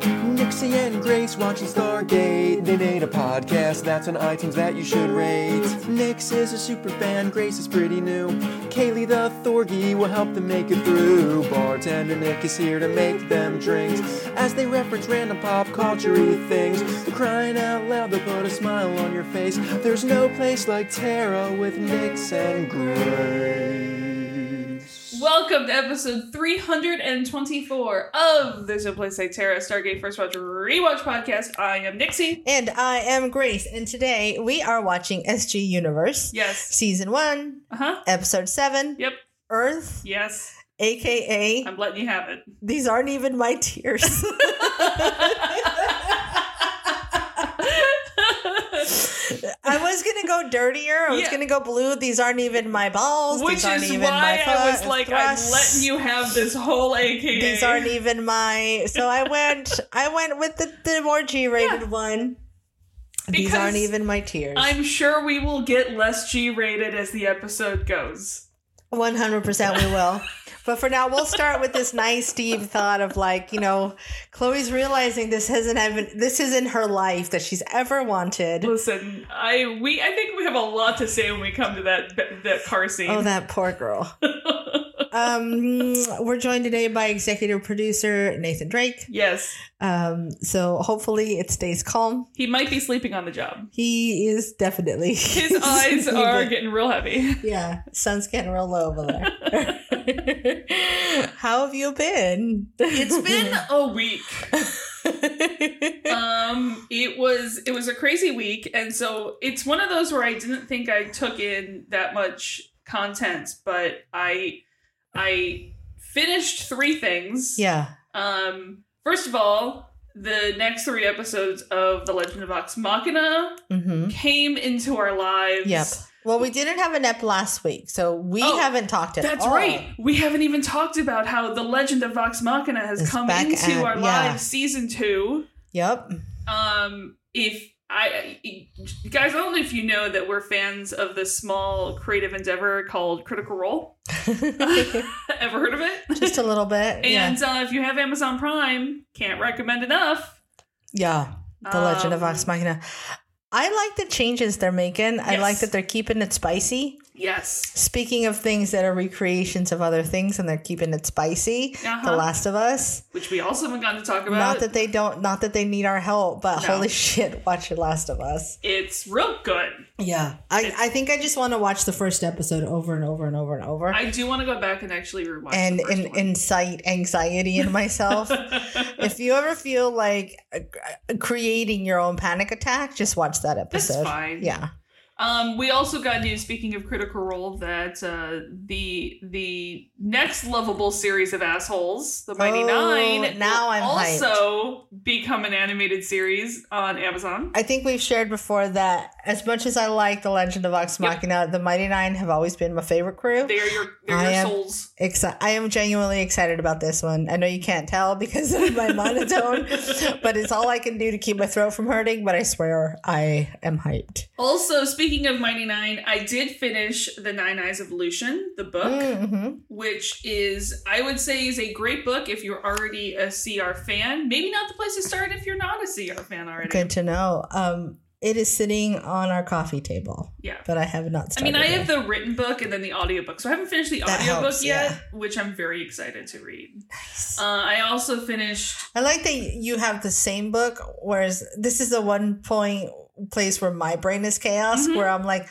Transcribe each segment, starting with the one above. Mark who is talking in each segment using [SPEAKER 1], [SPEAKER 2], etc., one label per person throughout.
[SPEAKER 1] Jesse and Grace watching Stargate. They made a podcast that's on iTunes that you should rate. Nix is a super fan, Grace is pretty new. Kaylee the Thorgy will help them make it through. Bartender Nick is here to make them drinks as they reference random pop culture things. Crying out loud, they'll put a smile on your face. There's no place like Tara with Nix and Grace.
[SPEAKER 2] Welcome to episode 324 of There's No Place Like Terra Stargate First Watch Rewatch Podcast. I am Nixie.
[SPEAKER 3] And I am Grace, and today we are watching SG Universe,
[SPEAKER 2] Yes.
[SPEAKER 3] Season 1,
[SPEAKER 2] Uh huh.
[SPEAKER 3] Episode 7,
[SPEAKER 2] Yep.
[SPEAKER 3] Earth,
[SPEAKER 2] Yes.
[SPEAKER 3] aka
[SPEAKER 2] I'm letting you have it.
[SPEAKER 3] These Aren't Even My Tears. I was going to go dirtier. I was
[SPEAKER 2] Yeah.
[SPEAKER 3] going to go blue. These aren't even my balls.
[SPEAKER 2] Which
[SPEAKER 3] these aren't
[SPEAKER 2] is
[SPEAKER 3] even
[SPEAKER 2] why
[SPEAKER 3] my
[SPEAKER 2] I was
[SPEAKER 3] thru-
[SPEAKER 2] like, I'm
[SPEAKER 3] thrusts.
[SPEAKER 2] letting you have this whole AKA.
[SPEAKER 3] These aren't even my. So I went. I went with the, the more G-rated one. These
[SPEAKER 2] Because
[SPEAKER 3] aren't even my tears.
[SPEAKER 2] I'm sure we will get less G rated as the episode goes.
[SPEAKER 3] One hundred percent, we will. But for now, we'll start with this nice deep thought of like, you know, Chloe's realizing this hasn't even this isn't her life that she's ever wanted.
[SPEAKER 2] Listen, I we I think we have a lot to say when we come to that that car scene.
[SPEAKER 3] Oh, that poor girl. um, we're joined today by executive producer Nathan Drake.
[SPEAKER 2] yes,
[SPEAKER 3] Um, so hopefully it stays calm.
[SPEAKER 2] he might be sleeping on the job.
[SPEAKER 3] He is definitely
[SPEAKER 2] His eyes are getting real heavy.
[SPEAKER 3] yeah. Sun's getting real low over there. How have you been?
[SPEAKER 2] It's been a week. Um, it was it was a crazy week, and so it's one of those where I didn't think I took in that much content, but I I finished three things.
[SPEAKER 3] yeah.
[SPEAKER 2] Um, first of all, the next three episodes of The Legend of Vox Machina
[SPEAKER 3] Mm-hmm.
[SPEAKER 2] came into our lives.
[SPEAKER 3] Yep. Well, we didn't have an ep last week, so we
[SPEAKER 2] Oh,
[SPEAKER 3] haven't talked at
[SPEAKER 2] That's
[SPEAKER 3] all.
[SPEAKER 2] right. We haven't even talked about how The Legend of Vox Machina has
[SPEAKER 3] It's
[SPEAKER 2] come
[SPEAKER 3] back
[SPEAKER 2] into
[SPEAKER 3] at-
[SPEAKER 2] our
[SPEAKER 3] yeah.
[SPEAKER 2] lives season two.
[SPEAKER 3] Yep.
[SPEAKER 2] um if I I- guys, I don't know if you know that we're fans of this small creative endeavor called Critical Role. Ever heard of it?
[SPEAKER 3] Just a little bit. yeah.
[SPEAKER 2] And uh, if you have Amazon Prime, can't recommend enough.
[SPEAKER 3] Yeah. The Legend of
[SPEAKER 2] Um,
[SPEAKER 3] Vox Machina. I like the changes they're making. I like
[SPEAKER 2] Yes.
[SPEAKER 3] that they're keeping it spicy.
[SPEAKER 2] Yes.
[SPEAKER 3] Speaking of things that are recreations of other things, and they're keeping it spicy.
[SPEAKER 2] Uh-huh.
[SPEAKER 3] The Last of Us.
[SPEAKER 2] Which we also haven't gotten to talk about.
[SPEAKER 3] Not that they don't. Not that they need our help, but
[SPEAKER 2] No.
[SPEAKER 3] holy shit, watch The Last of Us.
[SPEAKER 2] it's real good.
[SPEAKER 3] Yeah. I, I think I just want to watch the first episode over and over and over and over.
[SPEAKER 2] I do want to go back and actually rewatch
[SPEAKER 3] and
[SPEAKER 2] the first
[SPEAKER 3] and
[SPEAKER 2] one.
[SPEAKER 3] incite anxiety in myself. if you ever feel like uh, creating your own panic attack, just watch that
[SPEAKER 2] That's
[SPEAKER 3] episode.
[SPEAKER 2] fine.
[SPEAKER 3] Yeah.
[SPEAKER 2] Um, we also got news. Speaking of Critical Role, that uh, the the next lovable series of assholes, The Mighty
[SPEAKER 3] Oh,
[SPEAKER 2] Nine,
[SPEAKER 3] now
[SPEAKER 2] will
[SPEAKER 3] I'm hyped.
[SPEAKER 2] also become an animated series on Amazon.
[SPEAKER 3] I think we've shared before that as much as I like The Legend of Vox
[SPEAKER 2] Yep.
[SPEAKER 3] Machina, the Mighty Nine have always been my favorite crew.
[SPEAKER 2] They are your they're
[SPEAKER 3] I
[SPEAKER 2] your
[SPEAKER 3] am-
[SPEAKER 2] souls.
[SPEAKER 3] Exci- I am genuinely excited about this one. I know you can't tell because of my monotone, but it's all I can do to keep my throat from hurting. But I swear I am hyped.
[SPEAKER 2] Also, speaking of Mighty Nine, I did finish The Nine Eyes of Lucian, the book,
[SPEAKER 3] Mhm.
[SPEAKER 2] which is I would say is a great book if you're already a CR fan. Maybe not the place to start if you're not a CR fan already.
[SPEAKER 3] Good to know. Um, it is sitting on our coffee table.
[SPEAKER 2] Yeah.
[SPEAKER 3] but I have not
[SPEAKER 2] I
[SPEAKER 3] started.
[SPEAKER 2] mean, I have
[SPEAKER 3] it.
[SPEAKER 2] the written book and then the audiobook. So I haven't finished the
[SPEAKER 3] That
[SPEAKER 2] audiobook
[SPEAKER 3] helps,
[SPEAKER 2] yet,
[SPEAKER 3] yeah.
[SPEAKER 2] which I'm very excited to read. Uh, I also finished.
[SPEAKER 3] I like that you have the same book, whereas this is the one point place where my brain is chaos,
[SPEAKER 2] Mhm.
[SPEAKER 3] where I'm like,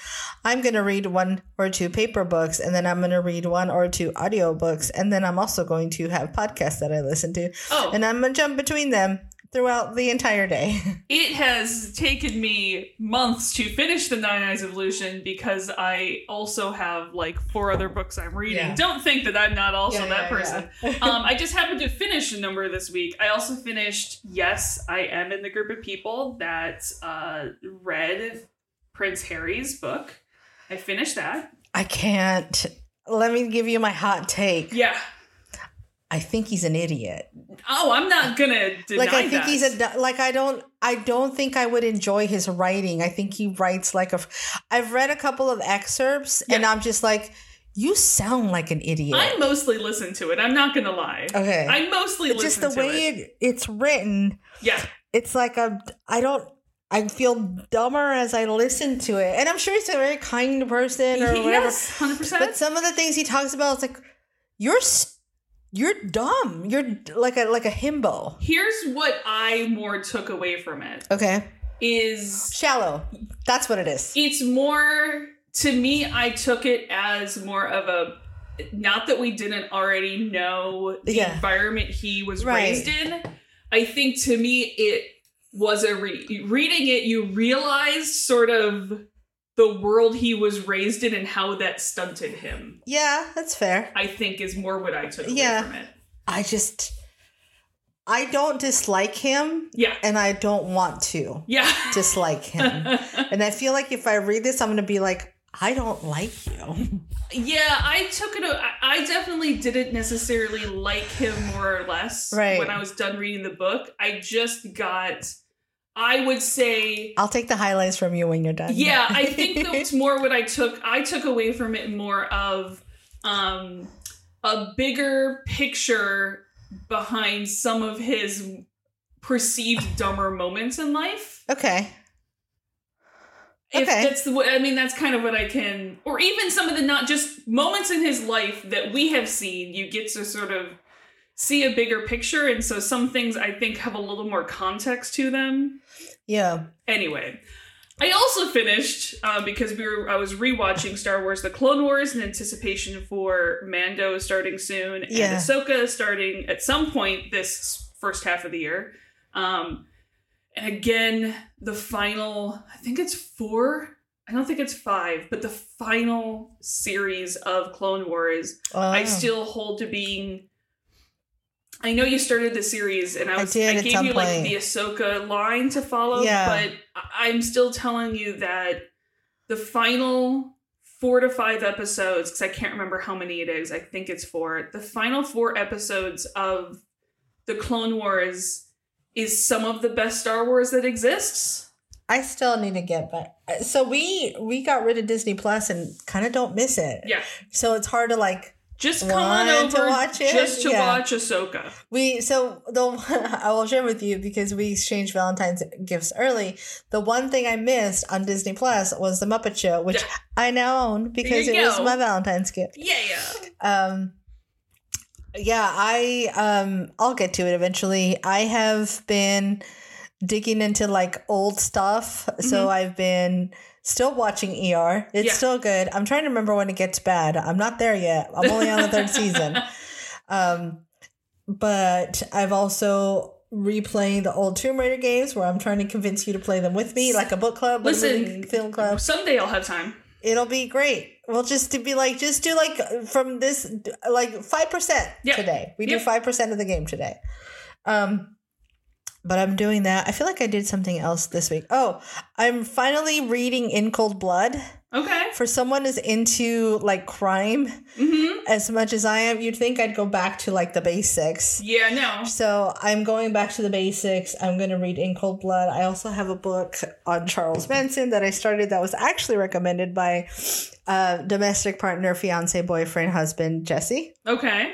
[SPEAKER 3] I'm going to read one or two paper books, and then I'm going to read one or two audio books, and then I'm also going to have podcasts that I listen to,
[SPEAKER 2] Oh,
[SPEAKER 3] and I'm going to jump between them throughout the entire day.
[SPEAKER 2] it has taken me months to finish The Nine Eyes of Lucian because I also have like four other books I'm reading.
[SPEAKER 3] Yeah.
[SPEAKER 2] Don't think that I'm not also
[SPEAKER 3] Yeah,
[SPEAKER 2] that
[SPEAKER 3] yeah,
[SPEAKER 2] person. um, I just happened to finish a number this week. I also finished Yes, I Am in the Group of People that uh, read Prince Harry's book. I finished that.
[SPEAKER 3] I can't. Let me give you my hot take.
[SPEAKER 2] Yeah.
[SPEAKER 3] I think he's an idiot.
[SPEAKER 2] Oh, I'm not gonna deny
[SPEAKER 3] like I think
[SPEAKER 2] that.
[SPEAKER 3] he's a like I don't I don't think I would enjoy his writing. I think he writes like a. I've read a couple of excerpts and
[SPEAKER 2] Yeah.
[SPEAKER 3] I'm just like, you sound like an idiot.
[SPEAKER 2] I mostly listen to it. I'm not gonna lie.
[SPEAKER 3] okay,
[SPEAKER 2] I mostly listen
[SPEAKER 3] just the
[SPEAKER 2] to
[SPEAKER 3] way
[SPEAKER 2] it.
[SPEAKER 3] it. it's written,
[SPEAKER 2] Yeah,
[SPEAKER 3] it's like I'm, I don't, I feel dumber as I listen to it. And I'm sure he's a very kind person or whatever.
[SPEAKER 2] Yes, 100%.
[SPEAKER 3] But some of the things he talks about, it's like, you're, s- you're dumb. You're d- like a, like a himbo.
[SPEAKER 2] Here's what I more took away from it
[SPEAKER 3] Okay.
[SPEAKER 2] is
[SPEAKER 3] Shallow. That's what it is.
[SPEAKER 2] it's more to me i took it as more of a not that we didn't already know the
[SPEAKER 3] Yeah.
[SPEAKER 2] environment he was
[SPEAKER 3] Right.
[SPEAKER 2] raised in i think to me it was a re- reading it you realized sort of the world he was raised in and how that stunted him
[SPEAKER 3] Yeah, that's fair.
[SPEAKER 2] i think is more what i took away
[SPEAKER 3] Yeah.
[SPEAKER 2] from it
[SPEAKER 3] I just, I don't dislike him
[SPEAKER 2] yeah
[SPEAKER 3] and I don't want to
[SPEAKER 2] yeah
[SPEAKER 3] dislike him. and I feel like if I read this, I'm going to be like, I don't like you.
[SPEAKER 2] Yeah, I took it. I I definitely didn't necessarily like him more or less
[SPEAKER 3] Right.
[SPEAKER 2] when I was done reading the book. I just got, I would say,
[SPEAKER 3] I'll take the highlights from you when you're done.
[SPEAKER 2] yeah, I think that's more what I took. I took away from it more of um, a bigger picture behind some of his perceived dumber moments in life.
[SPEAKER 3] okay.
[SPEAKER 2] If
[SPEAKER 3] Okay.
[SPEAKER 2] that's the way, I mean, that's kind of what I can, or even some of the not just moments in his life that we have seen, you get to sort of see a bigger picture. And so some things I think have a little more context to them.
[SPEAKER 3] Yeah.
[SPEAKER 2] Anyway, I also finished um, because we were, I was rewatching Star Wars The Clone Wars in anticipation for Mando starting soon and
[SPEAKER 3] Yeah.
[SPEAKER 2] Ahsoka starting at some point this first half of the year. Um, and again, the final, I think it's four. I don't think it's five, but the final series of Clone Wars,
[SPEAKER 3] Wow.
[SPEAKER 2] I still hold to being. I know you started the series, and I
[SPEAKER 3] I
[SPEAKER 2] was
[SPEAKER 3] did
[SPEAKER 2] I,
[SPEAKER 3] at
[SPEAKER 2] gave
[SPEAKER 3] some
[SPEAKER 2] you like
[SPEAKER 3] point.
[SPEAKER 2] the Ahsoka line to follow,
[SPEAKER 3] Yeah.
[SPEAKER 2] but I- I'm still telling you that the final four to five episodes, because I can't remember how many it is. I think it's four. The final four episodes of the Clone Wars is some of the best Star Wars that exists.
[SPEAKER 3] I still need to get back. So we we got rid of Disney Plus and kind of don't miss it.
[SPEAKER 2] Yeah,
[SPEAKER 3] So it's hard to like
[SPEAKER 2] just come on
[SPEAKER 3] Want to
[SPEAKER 2] over
[SPEAKER 3] watch it?
[SPEAKER 2] just to
[SPEAKER 3] Yeah.
[SPEAKER 2] watch Ahsoka.
[SPEAKER 3] we so the I will share with you because we exchanged Valentine's gifts early. The one thing I missed on Disney Plus was the Muppet Show, which
[SPEAKER 2] Yeah.
[SPEAKER 3] I now own because
[SPEAKER 2] you
[SPEAKER 3] it was
[SPEAKER 2] go.
[SPEAKER 3] my Valentine's gift.
[SPEAKER 2] Yeah, yeah.
[SPEAKER 3] um yeah i um i'll get to it eventually i have been digging into like old stuff so i've been still watching er it's
[SPEAKER 2] Mm-hmm. Yeah.
[SPEAKER 3] still good i'm trying to remember when it gets bad i'm not there yet i'm only on the third season um but i've also replaying the old tomb raider games where i'm trying to convince you to play them with me like a book club but a
[SPEAKER 2] Listen,
[SPEAKER 3] movie film club
[SPEAKER 2] Someday I'll have time.
[SPEAKER 3] It'll be great. We'll just to be like, just do like uh, from this, uh, like five percent
[SPEAKER 2] Yeah.
[SPEAKER 3] today. We do
[SPEAKER 2] Yeah.
[SPEAKER 3] five percent of the game today. Um, but I'm doing that. I feel like I did something else this week. Oh, I'm finally reading In Cold Blood.
[SPEAKER 2] Okay.
[SPEAKER 3] For someone who's into like crime
[SPEAKER 2] Mm-hmm.
[SPEAKER 3] as much as I am, you'd think I'd go back to like the basics.
[SPEAKER 2] Yeah, no.
[SPEAKER 3] So I'm going back to the basics. I'm going to read In Cold Blood. I also have a book on Charles Manson that I started that was actually recommended by uh, domestic partner, fiance, boyfriend, husband, Jesse.
[SPEAKER 2] Okay.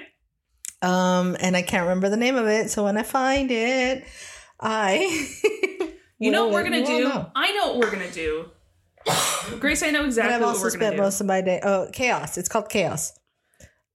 [SPEAKER 3] Um, and I can't remember the name of it. So when I find it, I.
[SPEAKER 2] You know
[SPEAKER 3] will
[SPEAKER 2] what we're
[SPEAKER 3] let
[SPEAKER 2] gonna
[SPEAKER 3] all
[SPEAKER 2] do?
[SPEAKER 3] know.
[SPEAKER 2] I know what we're gonna do. Grace, I know
[SPEAKER 3] And
[SPEAKER 2] exactly
[SPEAKER 3] I've
[SPEAKER 2] what
[SPEAKER 3] also
[SPEAKER 2] we're gonna
[SPEAKER 3] spent
[SPEAKER 2] do.
[SPEAKER 3] most of my day. Oh, Chaos. It's called Chaos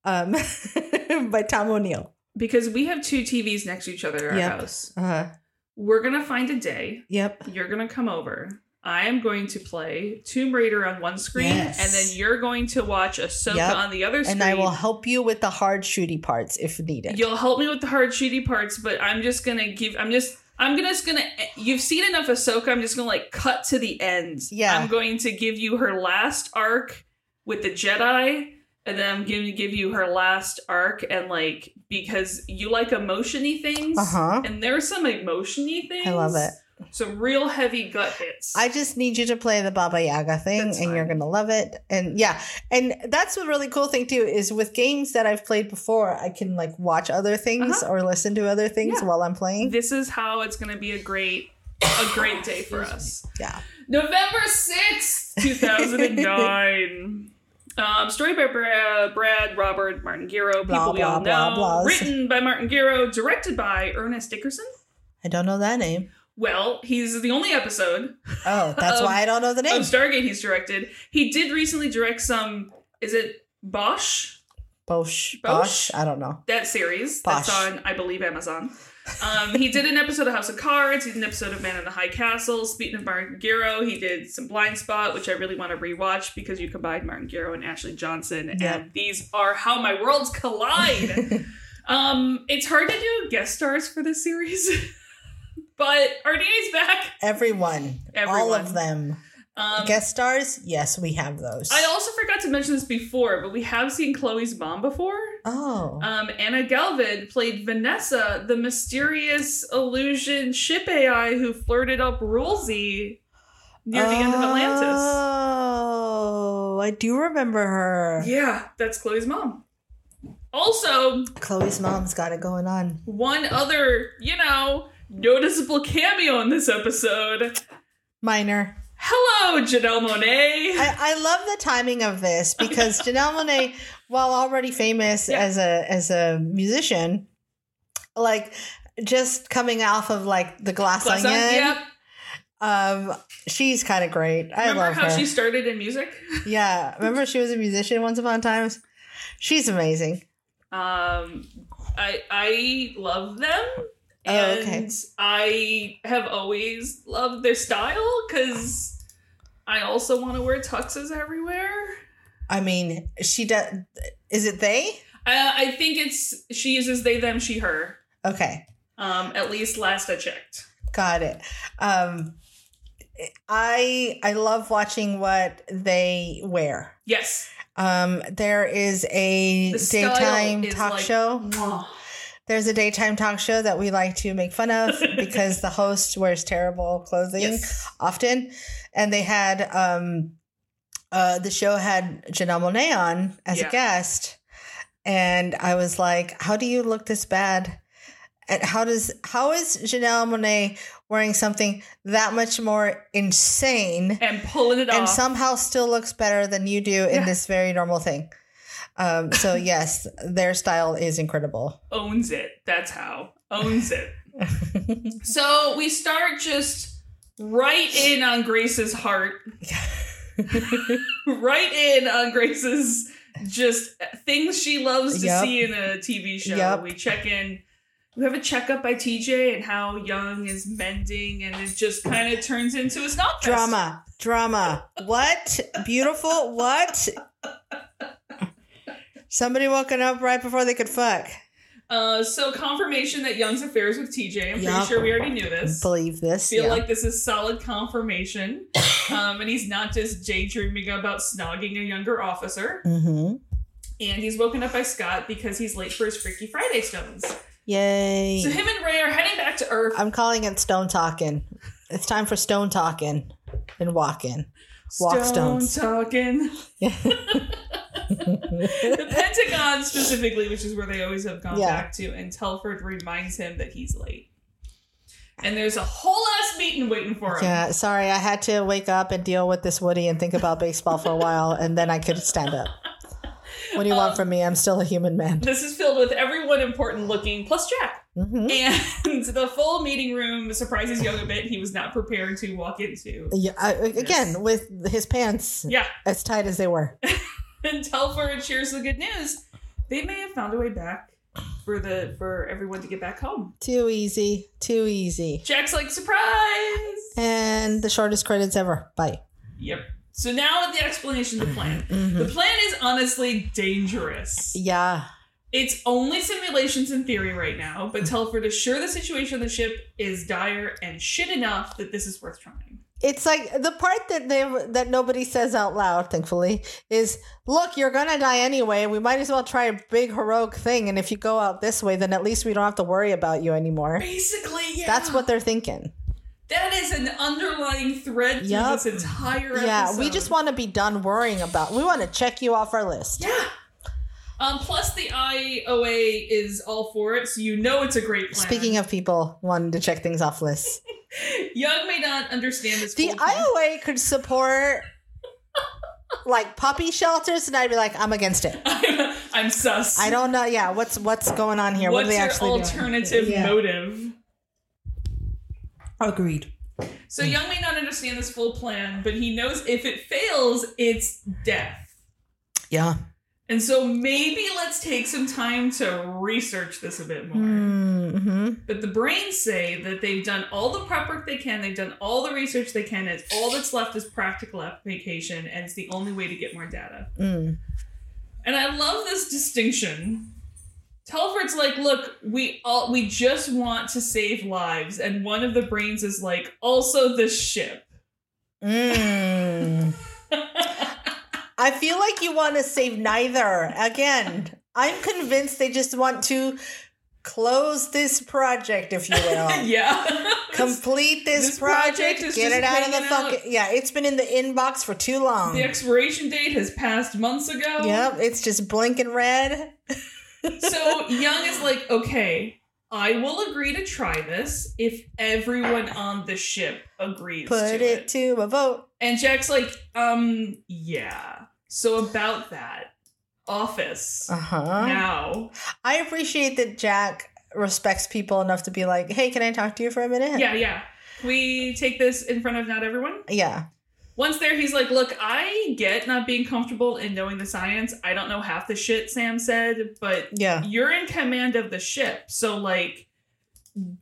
[SPEAKER 3] um, by Tom O'Neill.
[SPEAKER 2] because we have two TVs next to each other at our
[SPEAKER 3] Yep.
[SPEAKER 2] house.
[SPEAKER 3] Uh,
[SPEAKER 2] We're gonna find a day.
[SPEAKER 3] yep.
[SPEAKER 2] You're gonna come over. I am going to play Tomb Raider on one screen,
[SPEAKER 3] Yes.
[SPEAKER 2] and then you're going to watch Ahsoka
[SPEAKER 3] Yep.
[SPEAKER 2] on the other screen.
[SPEAKER 3] And I will help you with the hard shooty parts if needed.
[SPEAKER 2] You'll help me with the hard shitty parts, but I'm just gonna give. I'm just. I'm gonna- just gonna. You've seen enough Ahsoka. I'm just gonna like cut to the end.
[SPEAKER 3] Yeah.
[SPEAKER 2] I'm going to give you her last arc with the Jedi, and then I'm gonna give you her last arc and like because you like emotiony things,
[SPEAKER 3] Uh-huh.
[SPEAKER 2] and there's some emotiony things.
[SPEAKER 3] I love it.
[SPEAKER 2] Some real heavy gut hits.
[SPEAKER 3] I just need you to play the Baba Yaga thing
[SPEAKER 2] That's
[SPEAKER 3] and you're
[SPEAKER 2] fine.
[SPEAKER 3] going to love it. And yeah, and that's a really cool thing too is with games that I've played before, I can like watch other things or listen to other things
[SPEAKER 2] Uh-huh. Yeah.
[SPEAKER 3] while I'm playing.
[SPEAKER 2] this is how it's gonna be a great, a great day for us.
[SPEAKER 3] Yeah.
[SPEAKER 2] November 6th, 2009. um, story by Brad, Brad Robert Martin Giro, people
[SPEAKER 3] Blah,
[SPEAKER 2] we all
[SPEAKER 3] blah,
[SPEAKER 2] know.
[SPEAKER 3] blah, blahs.
[SPEAKER 2] Written by Martin Giro, directed by Ernest Dickerson.
[SPEAKER 3] I don't know that name.
[SPEAKER 2] Well, he's the only episode
[SPEAKER 3] Oh, that's
[SPEAKER 2] Um,
[SPEAKER 3] why I don't know the
[SPEAKER 2] of
[SPEAKER 3] name.
[SPEAKER 2] Stargate he's directed. He did recently direct some. Is it Bosch?
[SPEAKER 3] Bosch.
[SPEAKER 2] Bosch?
[SPEAKER 3] Bosch. I don't know.
[SPEAKER 2] That series that's
[SPEAKER 3] Bosch.
[SPEAKER 2] on, I believe, Amazon. Um, he did an episode of House of Cards. He did an episode of Man in the High Castle. Speaking of Martin Giro, he did some Blind Spot, which I really want to rewatch because you combined Martin Giro and Ashley Johnson,
[SPEAKER 3] Yeah.
[SPEAKER 2] and these are how my worlds collide. um, it's hard to do guest stars for this series, but RDA's back.
[SPEAKER 3] Everyone. All
[SPEAKER 2] Everyone.
[SPEAKER 3] of them.
[SPEAKER 2] Um,
[SPEAKER 3] Guest stars? Yes, we have those.
[SPEAKER 2] I also forgot to mention this before, but we have seen Chloe's mom before.
[SPEAKER 3] oh.
[SPEAKER 2] Um, Anna Galvin played Vanessa, the mysterious illusion ship AI who flirted up Rulesy near the end of
[SPEAKER 3] Ah.
[SPEAKER 2] Atlantis.
[SPEAKER 3] Oh, I do remember her.
[SPEAKER 2] Yeah, that's Chloe's mom. Also,
[SPEAKER 3] Chloe's mom's got it going on.
[SPEAKER 2] one other, you know, noticeable cameo in this episode.
[SPEAKER 3] Minor.
[SPEAKER 2] Hello, Janelle Monet.
[SPEAKER 3] I, I love the timing of this because Janelle Monet, while already famous
[SPEAKER 2] Yeah.
[SPEAKER 3] as a as a musician, like just coming off of like the glass,
[SPEAKER 2] uh,
[SPEAKER 3] onion,
[SPEAKER 2] Yep.
[SPEAKER 3] um, she's kind of great. I
[SPEAKER 2] Remember
[SPEAKER 3] love
[SPEAKER 2] how
[SPEAKER 3] her.
[SPEAKER 2] she started in music?
[SPEAKER 3] yeah, remember she was a musician once upon a time. She's amazing.
[SPEAKER 2] Um, I I love them,
[SPEAKER 3] Oh,
[SPEAKER 2] and
[SPEAKER 3] okay.
[SPEAKER 2] I have always loved their style because I also want to wear tuxes everywhere.
[SPEAKER 3] I mean, she does. Is it they?
[SPEAKER 2] Uh, I think it's she uses they them she her.
[SPEAKER 3] Okay,
[SPEAKER 2] Um, at least last I checked.
[SPEAKER 3] got it. Um, I I love watching what they wear.
[SPEAKER 2] Yes.
[SPEAKER 3] Um, there is a
[SPEAKER 2] The style
[SPEAKER 3] daytime
[SPEAKER 2] is
[SPEAKER 3] talk
[SPEAKER 2] like-
[SPEAKER 3] show.
[SPEAKER 2] Oh,
[SPEAKER 3] There's a daytime talk show that we like to make fun of because the host wears terrible clothing
[SPEAKER 2] yes.
[SPEAKER 3] often. And they had um, uh, the show had Janelle Monet on as
[SPEAKER 2] Yeah.
[SPEAKER 3] a guest, and I was like, "How do you look this bad?" And how does how is Janelle Monet wearing something that much more insane
[SPEAKER 2] And pulling it
[SPEAKER 3] and
[SPEAKER 2] off.
[SPEAKER 3] somehow still looks better than you do in
[SPEAKER 2] Yeah.
[SPEAKER 3] this very normal thing. Um, so yes, their style is incredible.
[SPEAKER 2] owns it. That's how owns it. so we start just right in on Grace's heart, right in on Grace's just things she loves to
[SPEAKER 3] Yep.
[SPEAKER 2] see in a TV show.
[SPEAKER 3] Yep.
[SPEAKER 2] We check in. We have a checkup by TJ and how Young is mending, and it just kind of turns into a snob fest.
[SPEAKER 3] drama, drama. What beautiful? What? Somebody woken up right before they could fuck.
[SPEAKER 2] Uh, so confirmation that Young's affairs with TJ. I'm pretty
[SPEAKER 3] Yep.
[SPEAKER 2] sure we already knew this.
[SPEAKER 3] Believe this?
[SPEAKER 2] feel
[SPEAKER 3] yeah.
[SPEAKER 2] like this is solid confirmation. um, and he's not just daydreaming about snogging a younger officer.
[SPEAKER 3] hmm
[SPEAKER 2] And he's woken up by Scott because he's late for his Freaky Friday stones.
[SPEAKER 3] Yay!
[SPEAKER 2] So him and Ray are heading back to Earth.
[SPEAKER 3] I'm calling it stone talking. It's time for stone talking and walking. walk stones.
[SPEAKER 2] talking.
[SPEAKER 3] yeah.
[SPEAKER 2] The Pentagon specifically, which is where they always have gone
[SPEAKER 3] Yeah.
[SPEAKER 2] back to, and Telford reminds him that he's late. And there's a whole ass meeting waiting for him.
[SPEAKER 3] Sorry, I had to wake up and deal with this Woody and think about baseball for a while, and then I could stand up. What do you want from me? I'm still a human man.
[SPEAKER 2] This is filled with everyone important looking, plus Jack.
[SPEAKER 3] hmm
[SPEAKER 2] And the full meeting room surprises Young a bit. He was not prepared to walk into.
[SPEAKER 3] Yeah. I, again, with his pants
[SPEAKER 2] Yeah.
[SPEAKER 3] as tight as they were.
[SPEAKER 2] And Telford cheers the good news. They may have found a way back for the for everyone to get back home.
[SPEAKER 3] Too easy. Too easy.
[SPEAKER 2] Jack's like, surprise!
[SPEAKER 3] And the shortest credits ever. Bye.
[SPEAKER 2] Yep. So now the explanation of the plan. The
[SPEAKER 3] Mhm.
[SPEAKER 2] plan is honestly dangerous.
[SPEAKER 3] Yeah.
[SPEAKER 2] It's only simulations in theory right now, but Telford is sure the situation on the ship is dire and shit enough that this is worth trying.
[SPEAKER 3] It's like the part that they that nobody says out loud, thankfully, is look, you're gonna die anyway. We might as well try a big heroic thing, and if you go out this way, then at least we don't have to worry about you anymore.
[SPEAKER 2] Basically, yeah.
[SPEAKER 3] That's what they're thinking.
[SPEAKER 2] That is an underlying thread through
[SPEAKER 3] Yup.
[SPEAKER 2] this entire episode.
[SPEAKER 3] Yeah, we just want to be done worrying about. We want to check you off our list.
[SPEAKER 2] Yeah. Um, plus, the IOA is all for it, so you know it's a great plan.
[SPEAKER 3] Speaking of people wanting to check things off lists,
[SPEAKER 2] Young may not understand this.
[SPEAKER 3] the
[SPEAKER 2] full plan.
[SPEAKER 3] IOA could support like puppy shelters, and I'd be like, I'm against it.
[SPEAKER 2] I'm, I'm sus.
[SPEAKER 3] I don't know. Yeah, what's what's going on here?
[SPEAKER 2] What's
[SPEAKER 3] what are they
[SPEAKER 2] your
[SPEAKER 3] actually doing?
[SPEAKER 2] alternative
[SPEAKER 3] Yeah.
[SPEAKER 2] motive?
[SPEAKER 3] Agreed.
[SPEAKER 2] So Young may not understand this full plan, but he knows if it fails, it's death.
[SPEAKER 3] Yeah.
[SPEAKER 2] And so maybe let's take some time to research this a bit more.
[SPEAKER 3] Mm-hmm.
[SPEAKER 2] But the brains say that they've done all the prep work they can, they've done all the research they can, it's all that's left is practical application, and it's the only way to get more data.
[SPEAKER 3] Mm.
[SPEAKER 2] And I love this distinction. Telford's like, look, we all we just want to save lives, and one of the brains is like, also the ship.
[SPEAKER 3] Mm. I feel like you want to save neither. Again, I'm convinced they just want to close this project, if you will.
[SPEAKER 2] yeah.
[SPEAKER 3] Complete this,
[SPEAKER 2] This project
[SPEAKER 3] project,
[SPEAKER 2] is
[SPEAKER 3] get
[SPEAKER 2] just
[SPEAKER 3] it out of the
[SPEAKER 2] hanging out.
[SPEAKER 3] fucking. Yeah, it's been in the inbox for too long.
[SPEAKER 2] the expiration date has passed months ago.
[SPEAKER 3] Yep, it's just blinking red.
[SPEAKER 2] so Young is like, okay, I will agree to try this if everyone on the ship agrees
[SPEAKER 3] Put
[SPEAKER 2] to
[SPEAKER 3] it, to a vote.
[SPEAKER 2] And Jack's like, um, yeah. So about that office
[SPEAKER 3] Uh huh.
[SPEAKER 2] now,
[SPEAKER 3] I appreciate that Jack respects people enough to be like, "Hey, can I talk to you for a minute?"
[SPEAKER 2] yeah, yeah. We take this in front of not everyone.
[SPEAKER 3] Yeah.
[SPEAKER 2] Once there, he's like, look, I get not being comfortable in knowing the science. I don't know half the shit Sam said, but
[SPEAKER 3] Yeah.
[SPEAKER 2] you're in command of the ship, so like,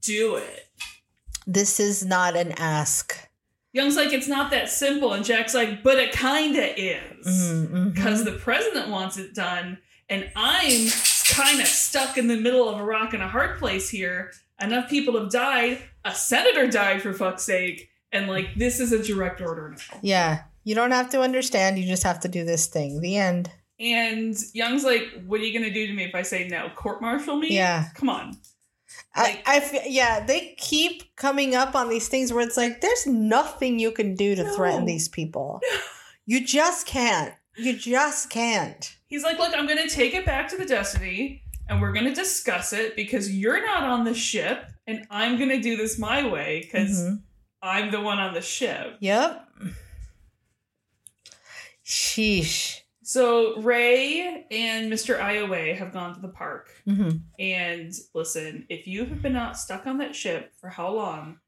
[SPEAKER 2] do it.
[SPEAKER 3] This is not an ask.
[SPEAKER 2] Young's like, it's not that simple. And Jack's like, but it kinda is.
[SPEAKER 3] Mm, mhm.
[SPEAKER 2] Because the president wants it done, and I'm kinda stuck in the middle of a rock and a hard place here. Enough people have died. A senator died for fuck's sake. And like, this is a direct order now.
[SPEAKER 3] Yeah. You don't have to understand. You just have to do this thing. The end.
[SPEAKER 2] And Young's like, what are you gonna do to me if I say no? Court martial me?
[SPEAKER 3] Yeah.
[SPEAKER 2] Come on.
[SPEAKER 3] I,
[SPEAKER 2] Like-
[SPEAKER 3] I f- yeah, they keep coming up on these things where it's like, there's nothing you can do to threaten
[SPEAKER 2] No.
[SPEAKER 3] these people. You just can't. You just can't.
[SPEAKER 2] He's like, look, I'm gonna take it back to the Destiny and we're gonna discuss it because you're not on the ship and I'm gonna do this my way because
[SPEAKER 3] Mhm.
[SPEAKER 2] I'm the one on the ship.
[SPEAKER 3] Yep. Sheesh.
[SPEAKER 2] So Ray and Mr. Iowa have gone to the park.
[SPEAKER 3] Mhm.
[SPEAKER 2] And listen, if you have been out stuck on that ship for how long,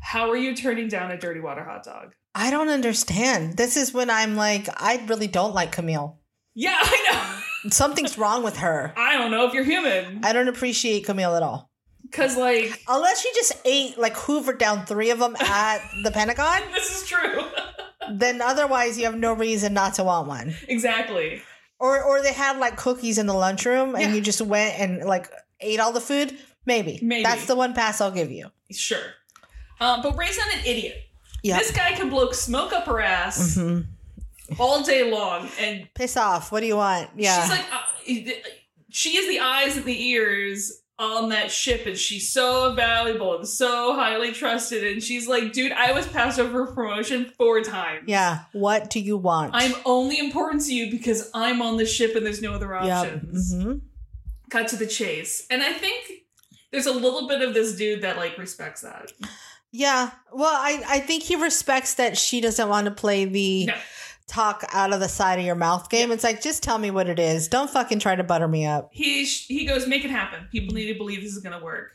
[SPEAKER 2] how are you turning down a dirty water hot dog?
[SPEAKER 3] I don't understand. This is when I'm like, I really don't like Camille.
[SPEAKER 2] Yeah, I
[SPEAKER 3] Something's wrong with her.
[SPEAKER 2] know. I don't know if you're human.
[SPEAKER 3] I don't appreciate Camille at all.
[SPEAKER 2] Because, like,
[SPEAKER 3] Unless she just ate, like, hoovered down three of them at the Pentagon.
[SPEAKER 2] this is true.
[SPEAKER 3] then otherwise you have no reason not to want one.
[SPEAKER 2] exactly.
[SPEAKER 3] Or or they had like cookies in the lunchroom and
[SPEAKER 2] Yeah.
[SPEAKER 3] you just went and like ate all the food. Maybe.
[SPEAKER 2] Maybe.
[SPEAKER 3] That's the one pass I'll give you.
[SPEAKER 2] Sure. Uh, but Ray's not an idiot.
[SPEAKER 3] Yeah.
[SPEAKER 2] This guy can blow smoke up her ass
[SPEAKER 3] Mhm.
[SPEAKER 2] all day long and
[SPEAKER 3] Piss off. What do you want? Yeah.
[SPEAKER 2] She's like, uh, she is the eyes and the ears on that ship, and she's so valuable and so highly trusted. And she's like, dude, I was passed over for promotion four times.
[SPEAKER 3] yeah. What do you want?
[SPEAKER 2] I'm only important to you because I'm on the ship and there's no other options.
[SPEAKER 3] Mhm.
[SPEAKER 2] Cut to the chase. And I think there's a little bit of this dude that like respects that.
[SPEAKER 3] Yeah. Well, I, I think he respects that she doesn't want to play the
[SPEAKER 2] No.
[SPEAKER 3] talk out of the side of your mouth game. It's like, just tell me what it is. Don't fucking try to butter me up.
[SPEAKER 2] He he goes, make it happen. People need to believe this is gonna work.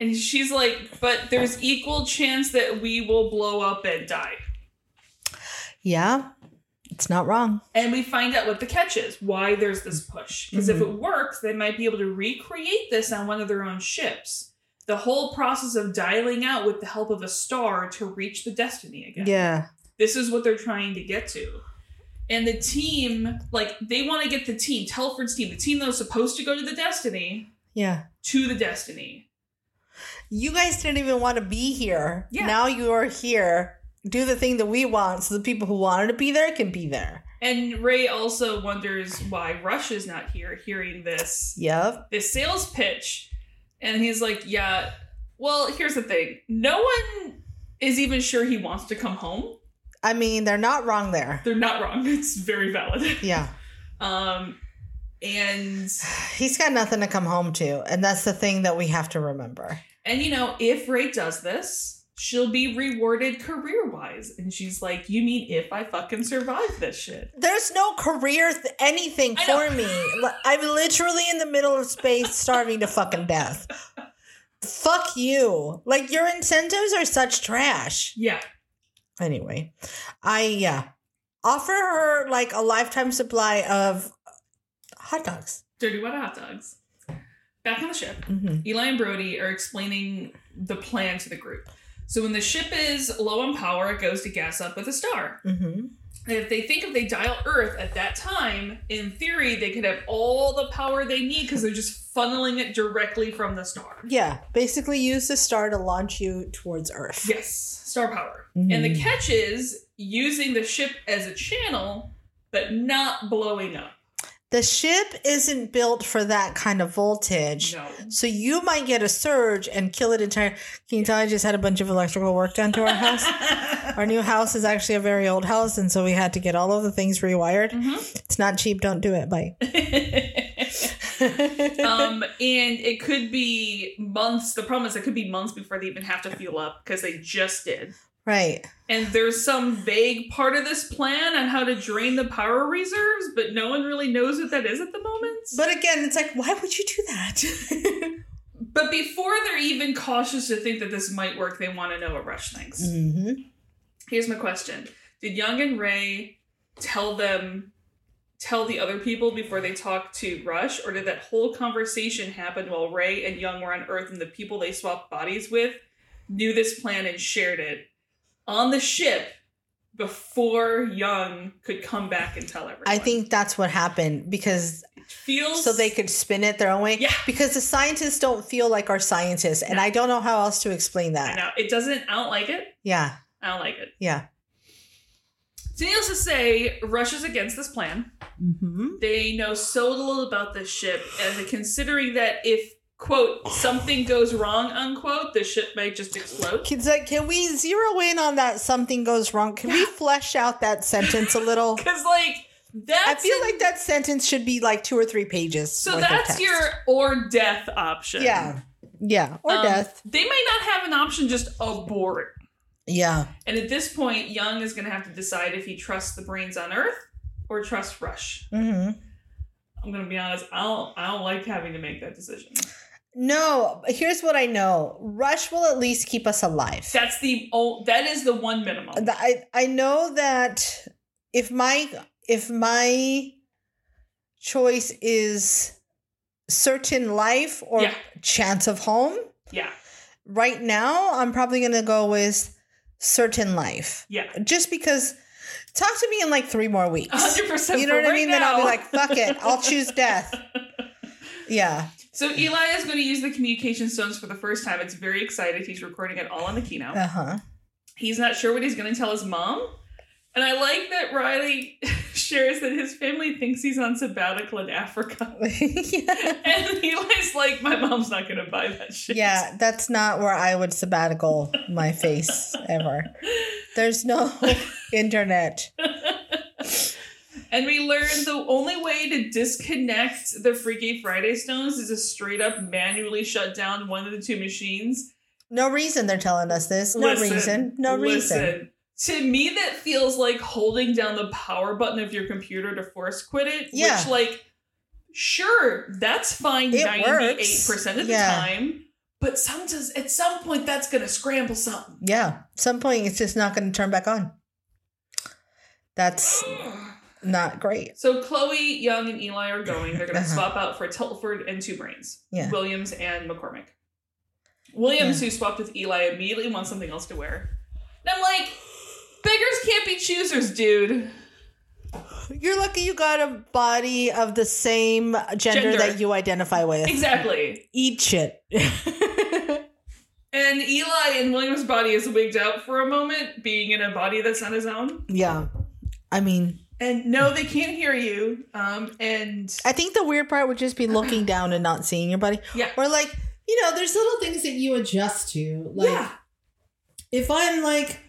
[SPEAKER 2] And she's like, but there's equal chance that we will blow up and die.
[SPEAKER 3] Yeah. It's not wrong.
[SPEAKER 2] and we find out what the catch is why there's this push because if it works they might be able to recreate this on one of their own ships the whole process of dialing out with the help of a star to reach the destiny again
[SPEAKER 3] yeah.
[SPEAKER 2] this is what they're trying to get to and the team like they want to get the team telford's team the team that was supposed to go to the destiny
[SPEAKER 3] Yeah.
[SPEAKER 2] to the destiny
[SPEAKER 3] you guys didn't even want to be here.
[SPEAKER 2] Yeah.
[SPEAKER 3] Now you are here. Do the thing that we want so the people who wanted to be there can be there.
[SPEAKER 2] and ray also wonders why rush is not here hearing this
[SPEAKER 3] Yep.
[SPEAKER 2] this sales pitch and he's like yeah well here's the thing no one is even sure he wants to come home
[SPEAKER 3] I mean, they're not wrong there.
[SPEAKER 2] they're not wrong it's very valid
[SPEAKER 3] Yeah.
[SPEAKER 2] um and
[SPEAKER 3] He's got nothing to come home to. And that's the thing that we have to remember.
[SPEAKER 2] and you know if ray does this she'll be rewarded career wise and she's like you mean if i fucking survive this shit
[SPEAKER 3] There's no career th- anything
[SPEAKER 2] I
[SPEAKER 3] for
[SPEAKER 2] know.
[SPEAKER 3] me. Li- I'm literally in the middle of space starving to fucking death. Fuck you. Like your incentives are such trash.
[SPEAKER 2] Yeah.
[SPEAKER 3] Anyway, I yeah. Offer her like a lifetime supply of hot dogs.
[SPEAKER 2] Dirty wet hot dogs. Back on the ship.
[SPEAKER 3] Mm-hmm.
[SPEAKER 2] Eli and Brody are explaining the plan to the group. So when the ship is low on power, it goes to gas up with a star.
[SPEAKER 3] Mm-hmm.
[SPEAKER 2] And if they think if they dial Earth at that time, in theory, they could have all the power they need because they're just funneling it directly from the star.
[SPEAKER 3] Yeah. Basically, use the star to launch you towards Earth.
[SPEAKER 2] Yes, star power.
[SPEAKER 3] Mhm.
[SPEAKER 2] And the catch is using the ship as a channel, but not blowing up.
[SPEAKER 3] The ship isn't built for that kind of voltage.
[SPEAKER 2] No.
[SPEAKER 3] So you might get a surge and kill it entire. Can you tell I just had a bunch of electrical work done to our house? our new house is actually a very old house, and so we had to get all of the things rewired.
[SPEAKER 2] Mhm.
[SPEAKER 3] It's not cheap. Don't do it. Bye.
[SPEAKER 2] um, and it could be months. The problem is, it could be months before they even have to fuel up because they just did.
[SPEAKER 3] right.
[SPEAKER 2] And there's some vague part of this plan on how to drain the power reserves, but no one really knows what that is at the moment.
[SPEAKER 3] But again, it's like, why would you do that?
[SPEAKER 2] But before they're even cautious to think that this might work, they want to know what Rush thinks.
[SPEAKER 3] hmm
[SPEAKER 2] Here's my question: Did Young and Ray tell them, tell the other people before they talked to Rush, or did that whole conversation happen while Ray and Young were on Earth and the people they swapped bodies with knew this plan and shared it on the ship before Young could come back and tell everyone?
[SPEAKER 3] I think that's what happened because
[SPEAKER 2] feels
[SPEAKER 3] so they could spin it their own way.
[SPEAKER 2] Yeah.
[SPEAKER 3] Because the scientists don't feel like our scientists, and I don't know how else to explain
[SPEAKER 2] I
[SPEAKER 3] that.
[SPEAKER 2] know it doesn't. I don't like it.
[SPEAKER 3] Yeah.
[SPEAKER 2] I don't like it.
[SPEAKER 3] Yeah.
[SPEAKER 2] So needless to say, Rush is against this plan.
[SPEAKER 3] Mm-hmm.
[SPEAKER 2] They know so little about this ship, and they're considering that if quote something goes wrong unquote, the ship might just explode.
[SPEAKER 3] Kids, like, can we zero in on that? Something goes wrong. Can we flesh out that sentence a little?
[SPEAKER 2] Because like
[SPEAKER 3] I
[SPEAKER 2] that's
[SPEAKER 3] feel like that sentence should be like two or three pages.
[SPEAKER 2] so
[SPEAKER 3] worth of
[SPEAKER 2] that's
[SPEAKER 3] text.
[SPEAKER 2] your or death option.
[SPEAKER 3] yeah, yeah, or
[SPEAKER 2] Um,
[SPEAKER 3] death.
[SPEAKER 2] They might not have an option just abort.
[SPEAKER 3] Yeah,
[SPEAKER 2] And at this point, Young is going to have to decide if he trusts the brains on Earth or trusts Rush.
[SPEAKER 3] hmm
[SPEAKER 2] I'm going to be honest. I don't. I don't like having to make that decision.
[SPEAKER 3] no. Here's what I know: Rush will at least keep us alive.
[SPEAKER 2] That's the oh, that is the one minimum.
[SPEAKER 3] The- I I know that if my if my choice is certain life or
[SPEAKER 2] Yeah.
[SPEAKER 3] chance of home,
[SPEAKER 2] yeah,
[SPEAKER 3] right now I'm probably gonna go with certain life,
[SPEAKER 2] yeah,
[SPEAKER 3] just because. Talk to me in like three more weeks.
[SPEAKER 2] hundred percent.
[SPEAKER 3] you know what I mean?
[SPEAKER 2] Now.
[SPEAKER 3] Then I'll be like, fuck it, I'll choose death. Yeah.
[SPEAKER 2] So Eli is going to use the communication stones for the first time. It's very excited. He's recording it all on the keynote.
[SPEAKER 3] Uh huh.
[SPEAKER 2] He's not sure what he's going to tell his mom. And I like that Riley shares that his family thinks he's on sabbatical in Africa.
[SPEAKER 3] yeah.
[SPEAKER 2] And Eli's like, my mom's not going to buy that shit.
[SPEAKER 3] yeah, that's not where I would sabbatical my face ever. There's no internet.
[SPEAKER 2] And we learned the only way to disconnect the Freaky Friday stones is to straight up manually shut down one of the two machines
[SPEAKER 3] No reason they're telling us this. No
[SPEAKER 2] Listen,
[SPEAKER 3] reason. No reason.
[SPEAKER 2] listen. To me, that feels like holding down the power button of your computer to force quit it.
[SPEAKER 3] Yeah.
[SPEAKER 2] Which, like, sure, that's fine
[SPEAKER 3] It
[SPEAKER 2] ninety-eight percent of the
[SPEAKER 3] Yeah.
[SPEAKER 2] time. But sometimes, at some point, that's gonna scramble something.
[SPEAKER 3] Yeah. Some point it's just not going to turn back on. That's not great.
[SPEAKER 2] so Chloe, Young, and Eli are going. They're gonna
[SPEAKER 3] Uh-huh.
[SPEAKER 2] swap out for Telford and Two Brains,
[SPEAKER 3] Yeah.
[SPEAKER 2] Williams and McCormick. Williams, who swapped with Eli, immediately wants something else to wear. And I'm like, beggars can't be choosers, dude.
[SPEAKER 3] You're lucky you got a body of the same gender,
[SPEAKER 2] Gender.
[SPEAKER 3] that you identify with.
[SPEAKER 2] Exactly.
[SPEAKER 3] Eat shit.
[SPEAKER 2] And Eli in William's body is wigged out for a moment, being in a body that's not his own.
[SPEAKER 3] yeah. I mean,
[SPEAKER 2] And no, they can't hear you. Um, and
[SPEAKER 3] I think the weird part would just be looking down and not seeing your body.
[SPEAKER 2] Yeah.
[SPEAKER 3] Or like, you know, there's little things that you adjust to. Like
[SPEAKER 2] yeah,
[SPEAKER 3] if I'm like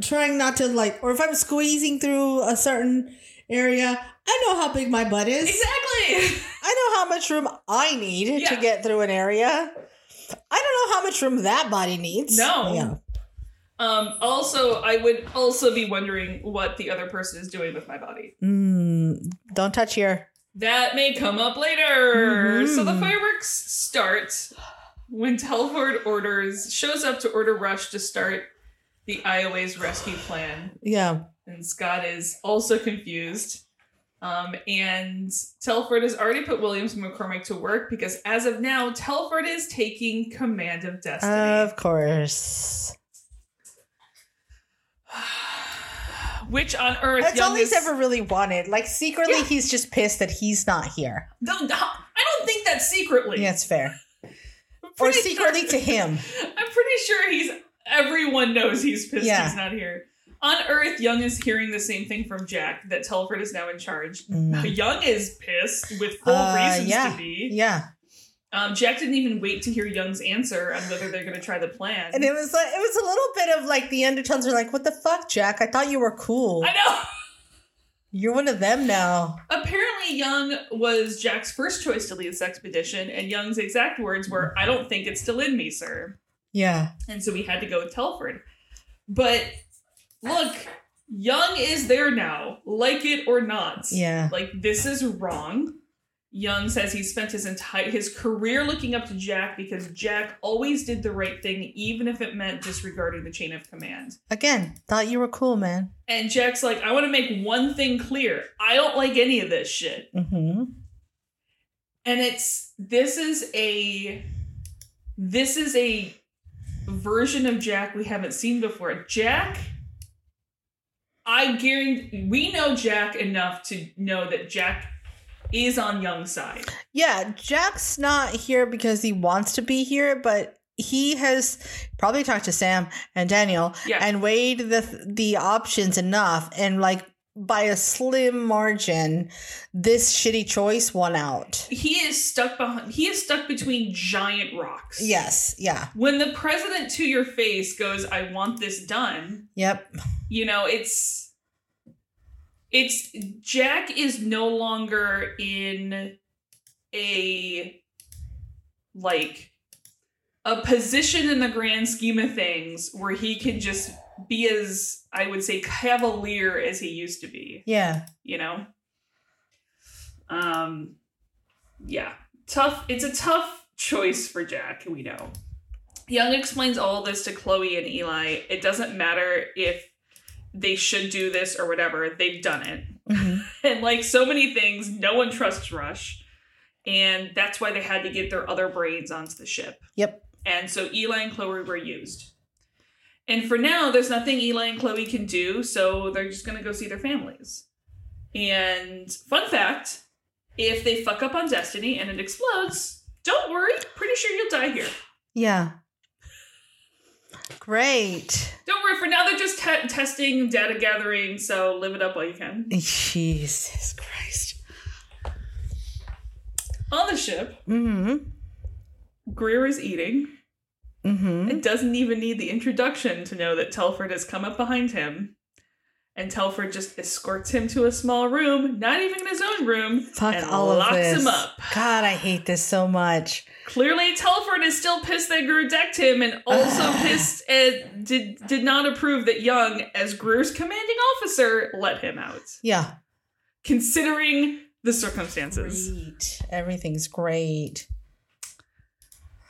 [SPEAKER 3] trying not to like or if I'm squeezing through a certain area, I know how big my butt is.
[SPEAKER 2] exactly.
[SPEAKER 3] I know how much room I need to
[SPEAKER 2] Yeah.
[SPEAKER 3] get through an area. I don't know how much room that body needs.
[SPEAKER 2] No.
[SPEAKER 3] Yeah.
[SPEAKER 2] Um, also, I would also be wondering what the other person is doing with my body.
[SPEAKER 3] Mm, don't touch here.
[SPEAKER 2] That may come up later.
[SPEAKER 3] Mhm.
[SPEAKER 2] So the fireworks start. When Telford orders shows up to order Rush to start the IOA's rescue plan,
[SPEAKER 3] Yeah.
[SPEAKER 2] and Scott is also confused. Um, and Telford has already put Williams and McCormick to work because as of now, Telford is taking command of Destiny.
[SPEAKER 3] Of course.
[SPEAKER 2] Which on Earth?
[SPEAKER 3] That's all he's
[SPEAKER 2] youngest-
[SPEAKER 3] ever really wanted. Like secretly,
[SPEAKER 2] Yeah.
[SPEAKER 3] he's just pissed that he's not here.
[SPEAKER 2] No, no, I don't think that's secretly.
[SPEAKER 3] Yeah, it's fair.
[SPEAKER 2] I'm
[SPEAKER 3] Or
[SPEAKER 2] pretty
[SPEAKER 3] secretly
[SPEAKER 2] sure-
[SPEAKER 3] to him.
[SPEAKER 2] I'm pretty sure he's. Everyone knows he's pissed
[SPEAKER 3] Yeah.
[SPEAKER 2] he's not here. On Earth, Young is hearing the same thing from Jack that Telford is now in charge.
[SPEAKER 3] Mm.
[SPEAKER 2] Young is pissed with full
[SPEAKER 3] Uh,
[SPEAKER 2] reasons
[SPEAKER 3] yeah.
[SPEAKER 2] to be.
[SPEAKER 3] Yeah.
[SPEAKER 2] Um, Jack didn't even wait to hear Young's answer on whether they're going to try the plan.
[SPEAKER 3] And it was like it was a little bit of like the undertones are like, what the fuck, Jack? I thought you were cool.
[SPEAKER 2] I know.
[SPEAKER 3] You're one of them now.
[SPEAKER 2] Apparently, Young was Jack's first choice to lead this expedition, and Young's exact words were, "I don't think it's still in me, sir."
[SPEAKER 3] Yeah.
[SPEAKER 2] And so we had to go with Telford. But look, Young is there now, like it or not.
[SPEAKER 3] Yeah.
[SPEAKER 2] Like this is wrong. Young says he spent his entire his career looking up to Jack because Jack always did the right thing, even if it meant disregarding the chain of command.
[SPEAKER 3] Again, thought you were cool, man.
[SPEAKER 2] And Jack's like, I want to make one thing clear. I don't like any of this shit.
[SPEAKER 3] Mm-hmm.
[SPEAKER 2] and it's this is a this is a version of jack we haven't seen before jack i guarantee we know jack enough to know that jack is on young's side
[SPEAKER 3] Yeah, Jack's not here because he wants to be here, but he has probably talked to Sam and Daniel
[SPEAKER 2] Yeah.
[SPEAKER 3] and weighed the the options enough and like by a slim margin this shitty choice won out.
[SPEAKER 2] he is stuck behind he is stuck between giant rocks
[SPEAKER 3] Yes, yeah.
[SPEAKER 2] when the president to your face goes i want this done
[SPEAKER 3] Yep.
[SPEAKER 2] you know it's it's jack is no longer in a like a position in the grand scheme of things where he can just be as i would say cavalier as he used to be
[SPEAKER 3] Yeah.
[SPEAKER 2] you know um yeah tough it's a tough choice for jack we know young explains all this to chloe and eli it doesn't matter if they should do this or whatever they've done it
[SPEAKER 3] Mhm.
[SPEAKER 2] and like so many things no one trusts rush and that's why they had to get their other brains onto the ship
[SPEAKER 3] Yep.
[SPEAKER 2] and so Eli and Chloe were used. And for now, there's nothing Eli and Chloe can do, so they're just gonna go see their families. And fun fact if they fuck up on Destiny and it explodes, don't worry, pretty sure you'll die here.
[SPEAKER 3] Yeah. Great.
[SPEAKER 2] Don't worry, for now, they're just te- testing, data gathering, so live it up while you can.
[SPEAKER 3] Jesus Christ.
[SPEAKER 2] On the ship,
[SPEAKER 3] Mhm.
[SPEAKER 2] Greer is eating.
[SPEAKER 3] Mhm.
[SPEAKER 2] It doesn't even need the introduction to know that Telford has come up behind him. And Telford just escorts him to a small room, not even his own room,
[SPEAKER 3] Fuck
[SPEAKER 2] and
[SPEAKER 3] all
[SPEAKER 2] locks
[SPEAKER 3] of this.
[SPEAKER 2] him up.
[SPEAKER 3] God, I hate this so much.
[SPEAKER 2] Clearly, Telford is still pissed that Greer decked him, and also pissed at, did did not approve that Young, as Greer's commanding officer, let him out,
[SPEAKER 3] Yeah.
[SPEAKER 2] considering the circumstances.
[SPEAKER 3] Great. Everything's great.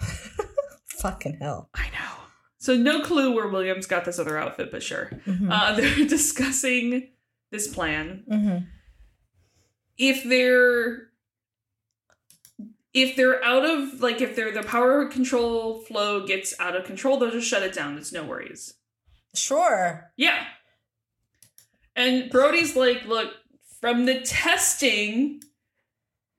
[SPEAKER 3] Fucking hell.
[SPEAKER 2] I know. So no clue where Williams got this other outfit, but sure.
[SPEAKER 3] Mhm.
[SPEAKER 2] Uh, they're discussing this plan,
[SPEAKER 3] Mhm.
[SPEAKER 2] if they're if they're out of like if they're the power control flow gets out of control they'll just shut it down it's no worries
[SPEAKER 3] Sure.
[SPEAKER 2] yeah and brody's like look from the testing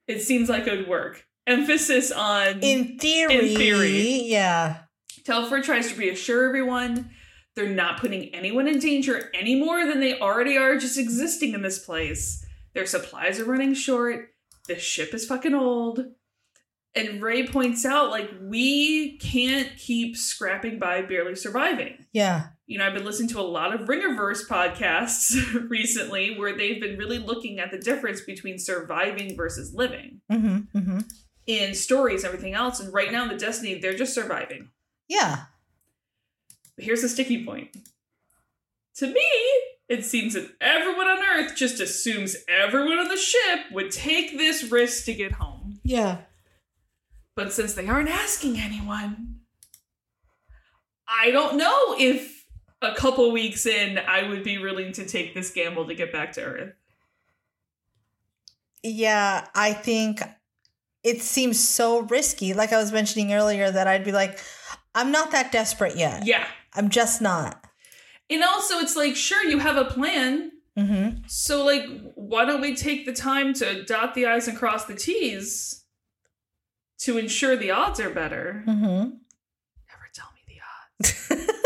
[SPEAKER 2] it seems like it would work emphasis on
[SPEAKER 3] In theory.
[SPEAKER 2] In theory.
[SPEAKER 3] Yeah.
[SPEAKER 2] telford tries to reassure everyone they're not putting anyone in danger any more than they already are just existing in this place their supplies are running short the ship is fucking old. And Ray points out, like, we can't keep scrapping by barely surviving.
[SPEAKER 3] Yeah.
[SPEAKER 2] You know, I've been listening to a lot of Ringerverse podcasts recently where they've been really looking at the difference between surviving versus living
[SPEAKER 3] hmm hmm
[SPEAKER 2] in stories, and everything else. And right now in the Destiny, they're just surviving.
[SPEAKER 3] Yeah.
[SPEAKER 2] But here's the sticky point. To me, it seems that everyone on Earth just assumes everyone on the ship would take this risk to get home.
[SPEAKER 3] Yeah.
[SPEAKER 2] But since they aren't asking anyone, I don't know if a couple weeks in I would be willing to take this gamble to get back to Earth.
[SPEAKER 3] Yeah, I think it seems so risky. Like I was mentioning earlier, that I'd be like, I'm not that desperate yet.
[SPEAKER 2] Yeah.
[SPEAKER 3] I'm just not.
[SPEAKER 2] And also, it's like, sure, you have a plan.
[SPEAKER 3] Mm-hmm.
[SPEAKER 2] So, like, why don't we take the time to dot the I's and cross the T's to ensure the odds are better?
[SPEAKER 3] Mm-hmm.
[SPEAKER 2] Never tell me the odds.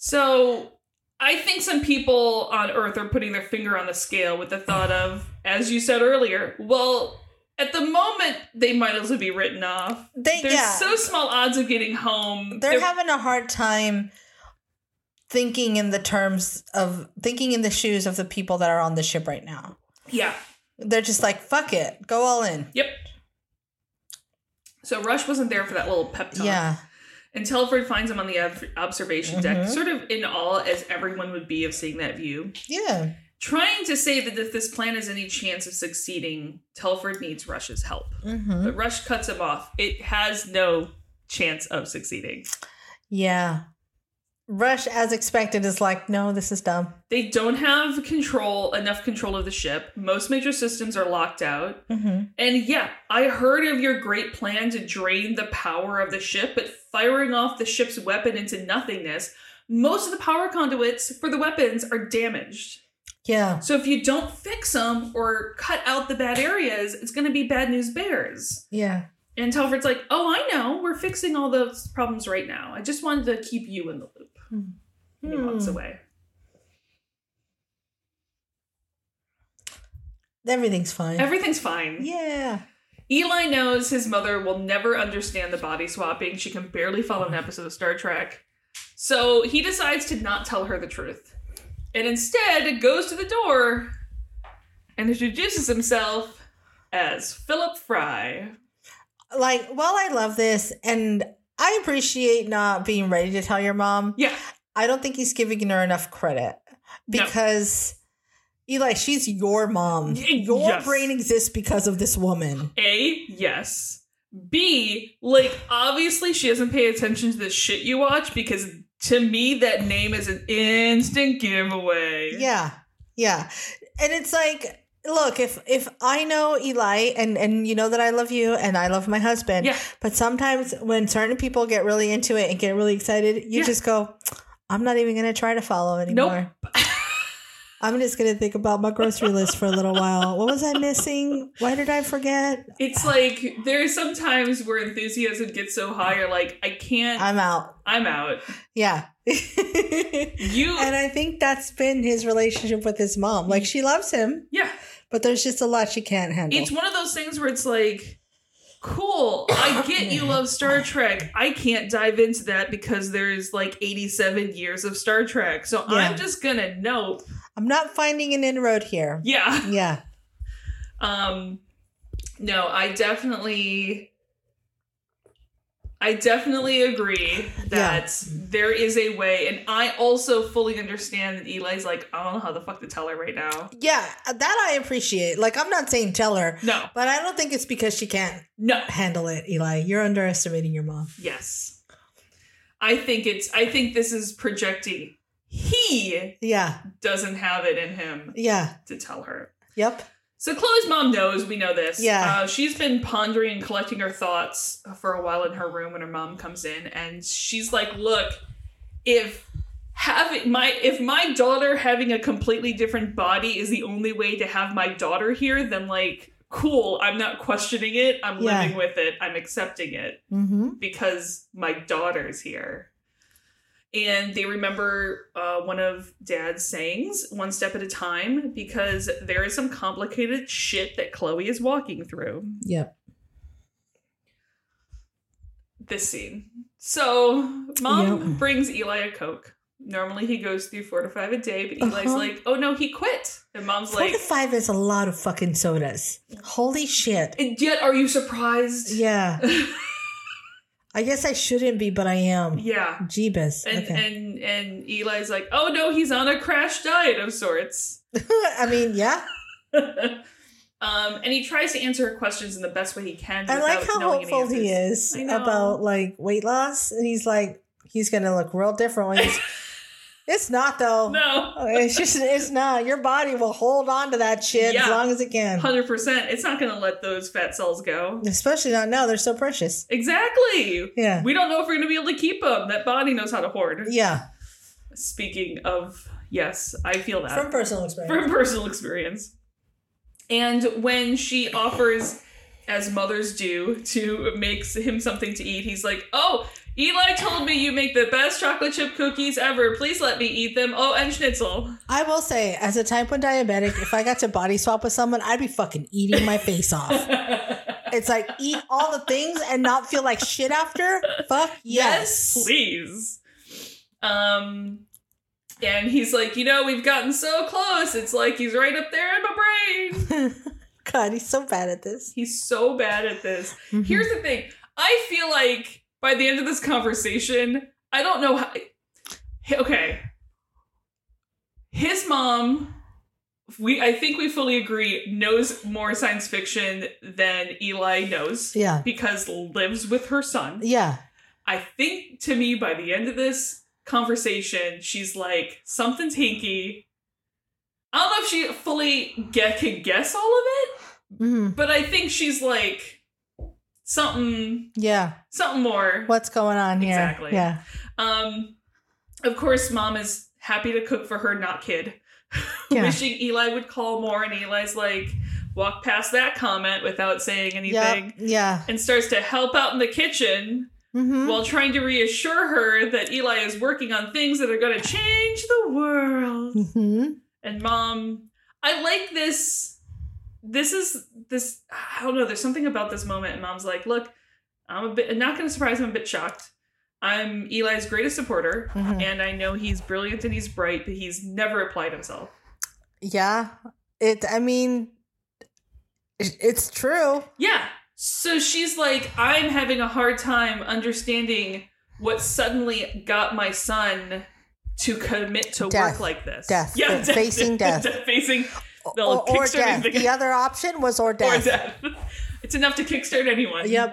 [SPEAKER 2] So I think some people on Earth are putting their finger on the scale with the thought of, as you said earlier, well, at the moment they might as well be written off.
[SPEAKER 3] they
[SPEAKER 2] There's
[SPEAKER 3] yeah,
[SPEAKER 2] so small odds of getting home.
[SPEAKER 3] they're having a hard time thinking in the terms of thinking in the shoes of the people that are on the ship right now.
[SPEAKER 2] yeah.
[SPEAKER 3] They're just like, fuck it, go all in.
[SPEAKER 2] Yep. So Rush wasn't there for that little pep talk.
[SPEAKER 3] Yeah.
[SPEAKER 2] And Telford finds him on the ob- observation deck,
[SPEAKER 3] Mhm.
[SPEAKER 2] sort of in awe as everyone would be of seeing that view.
[SPEAKER 3] Yeah.
[SPEAKER 2] Trying to say that if this plan has any chance of succeeding, Telford needs Rush's help.
[SPEAKER 3] Mm-hmm.
[SPEAKER 2] But Rush cuts him off. It has no chance of succeeding.
[SPEAKER 3] Yeah. Rush, as expected, is like, no, this is dumb.
[SPEAKER 2] They don't have control, enough control of the ship. Most major systems are locked out.
[SPEAKER 3] Mm-hmm.
[SPEAKER 2] And yeah, I heard of your great plan to drain the power of the ship, but firing off the ship's weapon into nothingness, most of the power conduits for the weapons are damaged.
[SPEAKER 3] Yeah.
[SPEAKER 2] So if you don't fix them or cut out the bad areas, it's going to be bad news bears.
[SPEAKER 3] Yeah.
[SPEAKER 2] And Telford's like, "Oh, I know. We're fixing all those problems right now. I just wanted to keep you in the loop." And he walks
[SPEAKER 3] Hmm.
[SPEAKER 2] away.
[SPEAKER 3] Everything's fine.
[SPEAKER 2] Everything's fine.
[SPEAKER 3] yeah.
[SPEAKER 2] Eli knows his mother will never understand the body swapping. She can barely follow an episode of Star Trek. So he decides to not tell her the truth. And instead goes to the door and introduces himself as Philip Fry.
[SPEAKER 3] Like, while I love this and I appreciate not being ready to tell your mom,
[SPEAKER 2] Yeah.
[SPEAKER 3] I don't think he's giving her enough credit
[SPEAKER 2] No.
[SPEAKER 3] because Eli, she's your mom.
[SPEAKER 2] Y-
[SPEAKER 3] Your
[SPEAKER 2] yes.
[SPEAKER 3] brain exists because of this woman.
[SPEAKER 2] A, yes. B, like obviously she doesn't pay attention to the shit you watch because to me that name is an instant giveaway.
[SPEAKER 3] Yeah. Yeah. And it's like, look, if if I know Eli and and you know that I love you and I love my husband,
[SPEAKER 2] Yeah.
[SPEAKER 3] but sometimes when certain people get really into it and get really excited, you
[SPEAKER 2] Yeah.
[SPEAKER 3] just go, I'm not even going to try to follow
[SPEAKER 2] Nope.
[SPEAKER 3] anymore. I'm just going to think about my grocery list for a little while. What was I missing? Why did I forget?
[SPEAKER 2] It's like there's some times where enthusiasm gets so high you're like, I can't I'm,
[SPEAKER 3] I'm out.
[SPEAKER 2] out.
[SPEAKER 3] Yeah. and
[SPEAKER 2] You
[SPEAKER 3] I think that's been his relationship with his mom.
[SPEAKER 2] Mm.
[SPEAKER 3] Like she loves him,
[SPEAKER 2] Yeah.
[SPEAKER 3] but there's just a lot she can't handle.
[SPEAKER 2] It's one of those things where it's like Cool. I get you love Star Trek. I can't dive into that because there's like 87 years of Star Trek. So
[SPEAKER 3] Yeah.
[SPEAKER 2] I'm just going to know.
[SPEAKER 3] I'm not finding an inroad here.
[SPEAKER 2] Yeah.
[SPEAKER 3] Yeah.
[SPEAKER 2] Um no, I definitely I definitely agree that there is a way and I also fully understand that Eli's like, I don't know how the fuck to tell her right now.
[SPEAKER 3] Yeah, that I appreciate. Like I'm not saying tell her,
[SPEAKER 2] No.
[SPEAKER 3] but I don't think it's because she can't
[SPEAKER 2] No.
[SPEAKER 3] handle it, Eli. You're underestimating your mom.
[SPEAKER 2] Yes. I think it's I think this is projecting he
[SPEAKER 3] Yeah.
[SPEAKER 2] doesn't have it in him
[SPEAKER 3] Yeah.
[SPEAKER 2] to tell her.
[SPEAKER 3] Yep.
[SPEAKER 2] So Chloe's mom knows, we know this.
[SPEAKER 3] Yeah.
[SPEAKER 2] Uh, she's been pondering and collecting her thoughts for a while in her room when her mom comes in and she's like, "Look, if having my if my daughter having a completely different body is the only way to have my daughter here, then like cool, I'm not questioning it. I'm
[SPEAKER 3] Yeah.
[SPEAKER 2] living with it. I'm accepting it
[SPEAKER 3] Mm-hmm.
[SPEAKER 2] because my daughter's here." And they remember uh, one of Dad's sayings, one step at a time, because there is some complicated shit that Chloe is walking through
[SPEAKER 3] Yep.
[SPEAKER 2] this scene. So, mom
[SPEAKER 3] Yep.
[SPEAKER 2] brings Eli a Coke. Normally, he goes through four to five a day, but Eli's
[SPEAKER 3] Uh-huh.
[SPEAKER 2] like, oh no, he quit. And mom's
[SPEAKER 3] Four
[SPEAKER 2] like,
[SPEAKER 3] to five is a lot of fucking sodas. Holy shit.
[SPEAKER 2] and yet, are you surprised?
[SPEAKER 3] Yeah. I guess I shouldn't be, but I am.
[SPEAKER 2] Yeah.
[SPEAKER 3] Jeebus.
[SPEAKER 2] And,
[SPEAKER 3] okay.
[SPEAKER 2] and and Eli's like, oh no, he's on a crash diet of sorts.
[SPEAKER 3] I mean, yeah.
[SPEAKER 2] and Um, and he tries to answer her questions in the best way he can.
[SPEAKER 3] I like
[SPEAKER 2] without
[SPEAKER 3] how
[SPEAKER 2] knowing any
[SPEAKER 3] hopeful he
[SPEAKER 2] answers.
[SPEAKER 3] is
[SPEAKER 2] I know.
[SPEAKER 3] about like weight loss, and he's like, he's gonna look real different. When he's, it's not though.
[SPEAKER 2] No,
[SPEAKER 3] It's just, it's not. Your body will hold on to that shit as
[SPEAKER 2] Yeah.
[SPEAKER 3] long as it can.
[SPEAKER 2] hundred percent. It's not going to let those fat cells go.
[SPEAKER 3] Especially not now; they're so precious.
[SPEAKER 2] Exactly.
[SPEAKER 3] Yeah,
[SPEAKER 2] We don't know if we're going to be able to keep them. That body knows how to hoard.
[SPEAKER 3] yeah.
[SPEAKER 2] Speaking of, yes, I feel that
[SPEAKER 3] From personal experience.
[SPEAKER 2] Uh, from personal experience. And when she offers, as mothers do, to make him something to eat, he's like, Oh, Eli told me you make the best chocolate chip cookies ever. Please let me eat them. Oh, and schnitzel.
[SPEAKER 3] I will say, as a type one diabetic, if I got to body swap with someone, I'd be fucking eating my face off. It's like eat all the things and not feel like shit after. Fuck yes.
[SPEAKER 2] please. Um, and he's like, You know, we've gotten so close. It's like he's right up there in my brain.
[SPEAKER 3] God, he's so bad at this.
[SPEAKER 2] He's so bad at this. Here's the thing. I feel like by the end of this conversation, I don't know how. Hey, Okay. His mom, we I think we fully agree, knows more science fiction than Eli knows
[SPEAKER 3] yeah,
[SPEAKER 2] because lives with her son.
[SPEAKER 3] yeah.
[SPEAKER 2] I think to me, by the end of this conversation, she's like, something's hinky. I don't know if she fully get, can guess all of it,
[SPEAKER 3] hmm
[SPEAKER 2] but I think she's like something
[SPEAKER 3] Yeah,
[SPEAKER 2] something more.
[SPEAKER 3] what's going on here?
[SPEAKER 2] Exactly.
[SPEAKER 3] Yeah,
[SPEAKER 2] Um of course mom is happy to cook for her not kid.
[SPEAKER 3] yeah.
[SPEAKER 2] Wishing Eli would call more and Eli's like walk past that comment without saying anything
[SPEAKER 3] Yep, yeah.
[SPEAKER 2] and starts to help out in the kitchen
[SPEAKER 3] hmm
[SPEAKER 2] while trying to reassure her that Eli is working on things that are going to change the world.
[SPEAKER 3] hmm
[SPEAKER 2] and mom i like this this is this i don't know there's something about this moment and mom's like look i'm a bit not gonna surprise i'm a bit shocked i'm eli's greatest supporter
[SPEAKER 3] Mhm.
[SPEAKER 2] and i know he's brilliant and he's bright but he's never applied himself
[SPEAKER 3] Yeah. It. I mean, it- it's true.
[SPEAKER 2] yeah so she's like i'm having a hard time understanding what suddenly got my son to commit to
[SPEAKER 3] Death.
[SPEAKER 2] work like this
[SPEAKER 3] Death.
[SPEAKER 2] yeah
[SPEAKER 3] Fa- facing death.
[SPEAKER 2] facing
[SPEAKER 3] Or,
[SPEAKER 2] They'll
[SPEAKER 3] or
[SPEAKER 2] kickstart
[SPEAKER 3] death.
[SPEAKER 2] anything.
[SPEAKER 3] The other option was or death.
[SPEAKER 2] or death it's enough to kickstart anyone
[SPEAKER 3] Yep.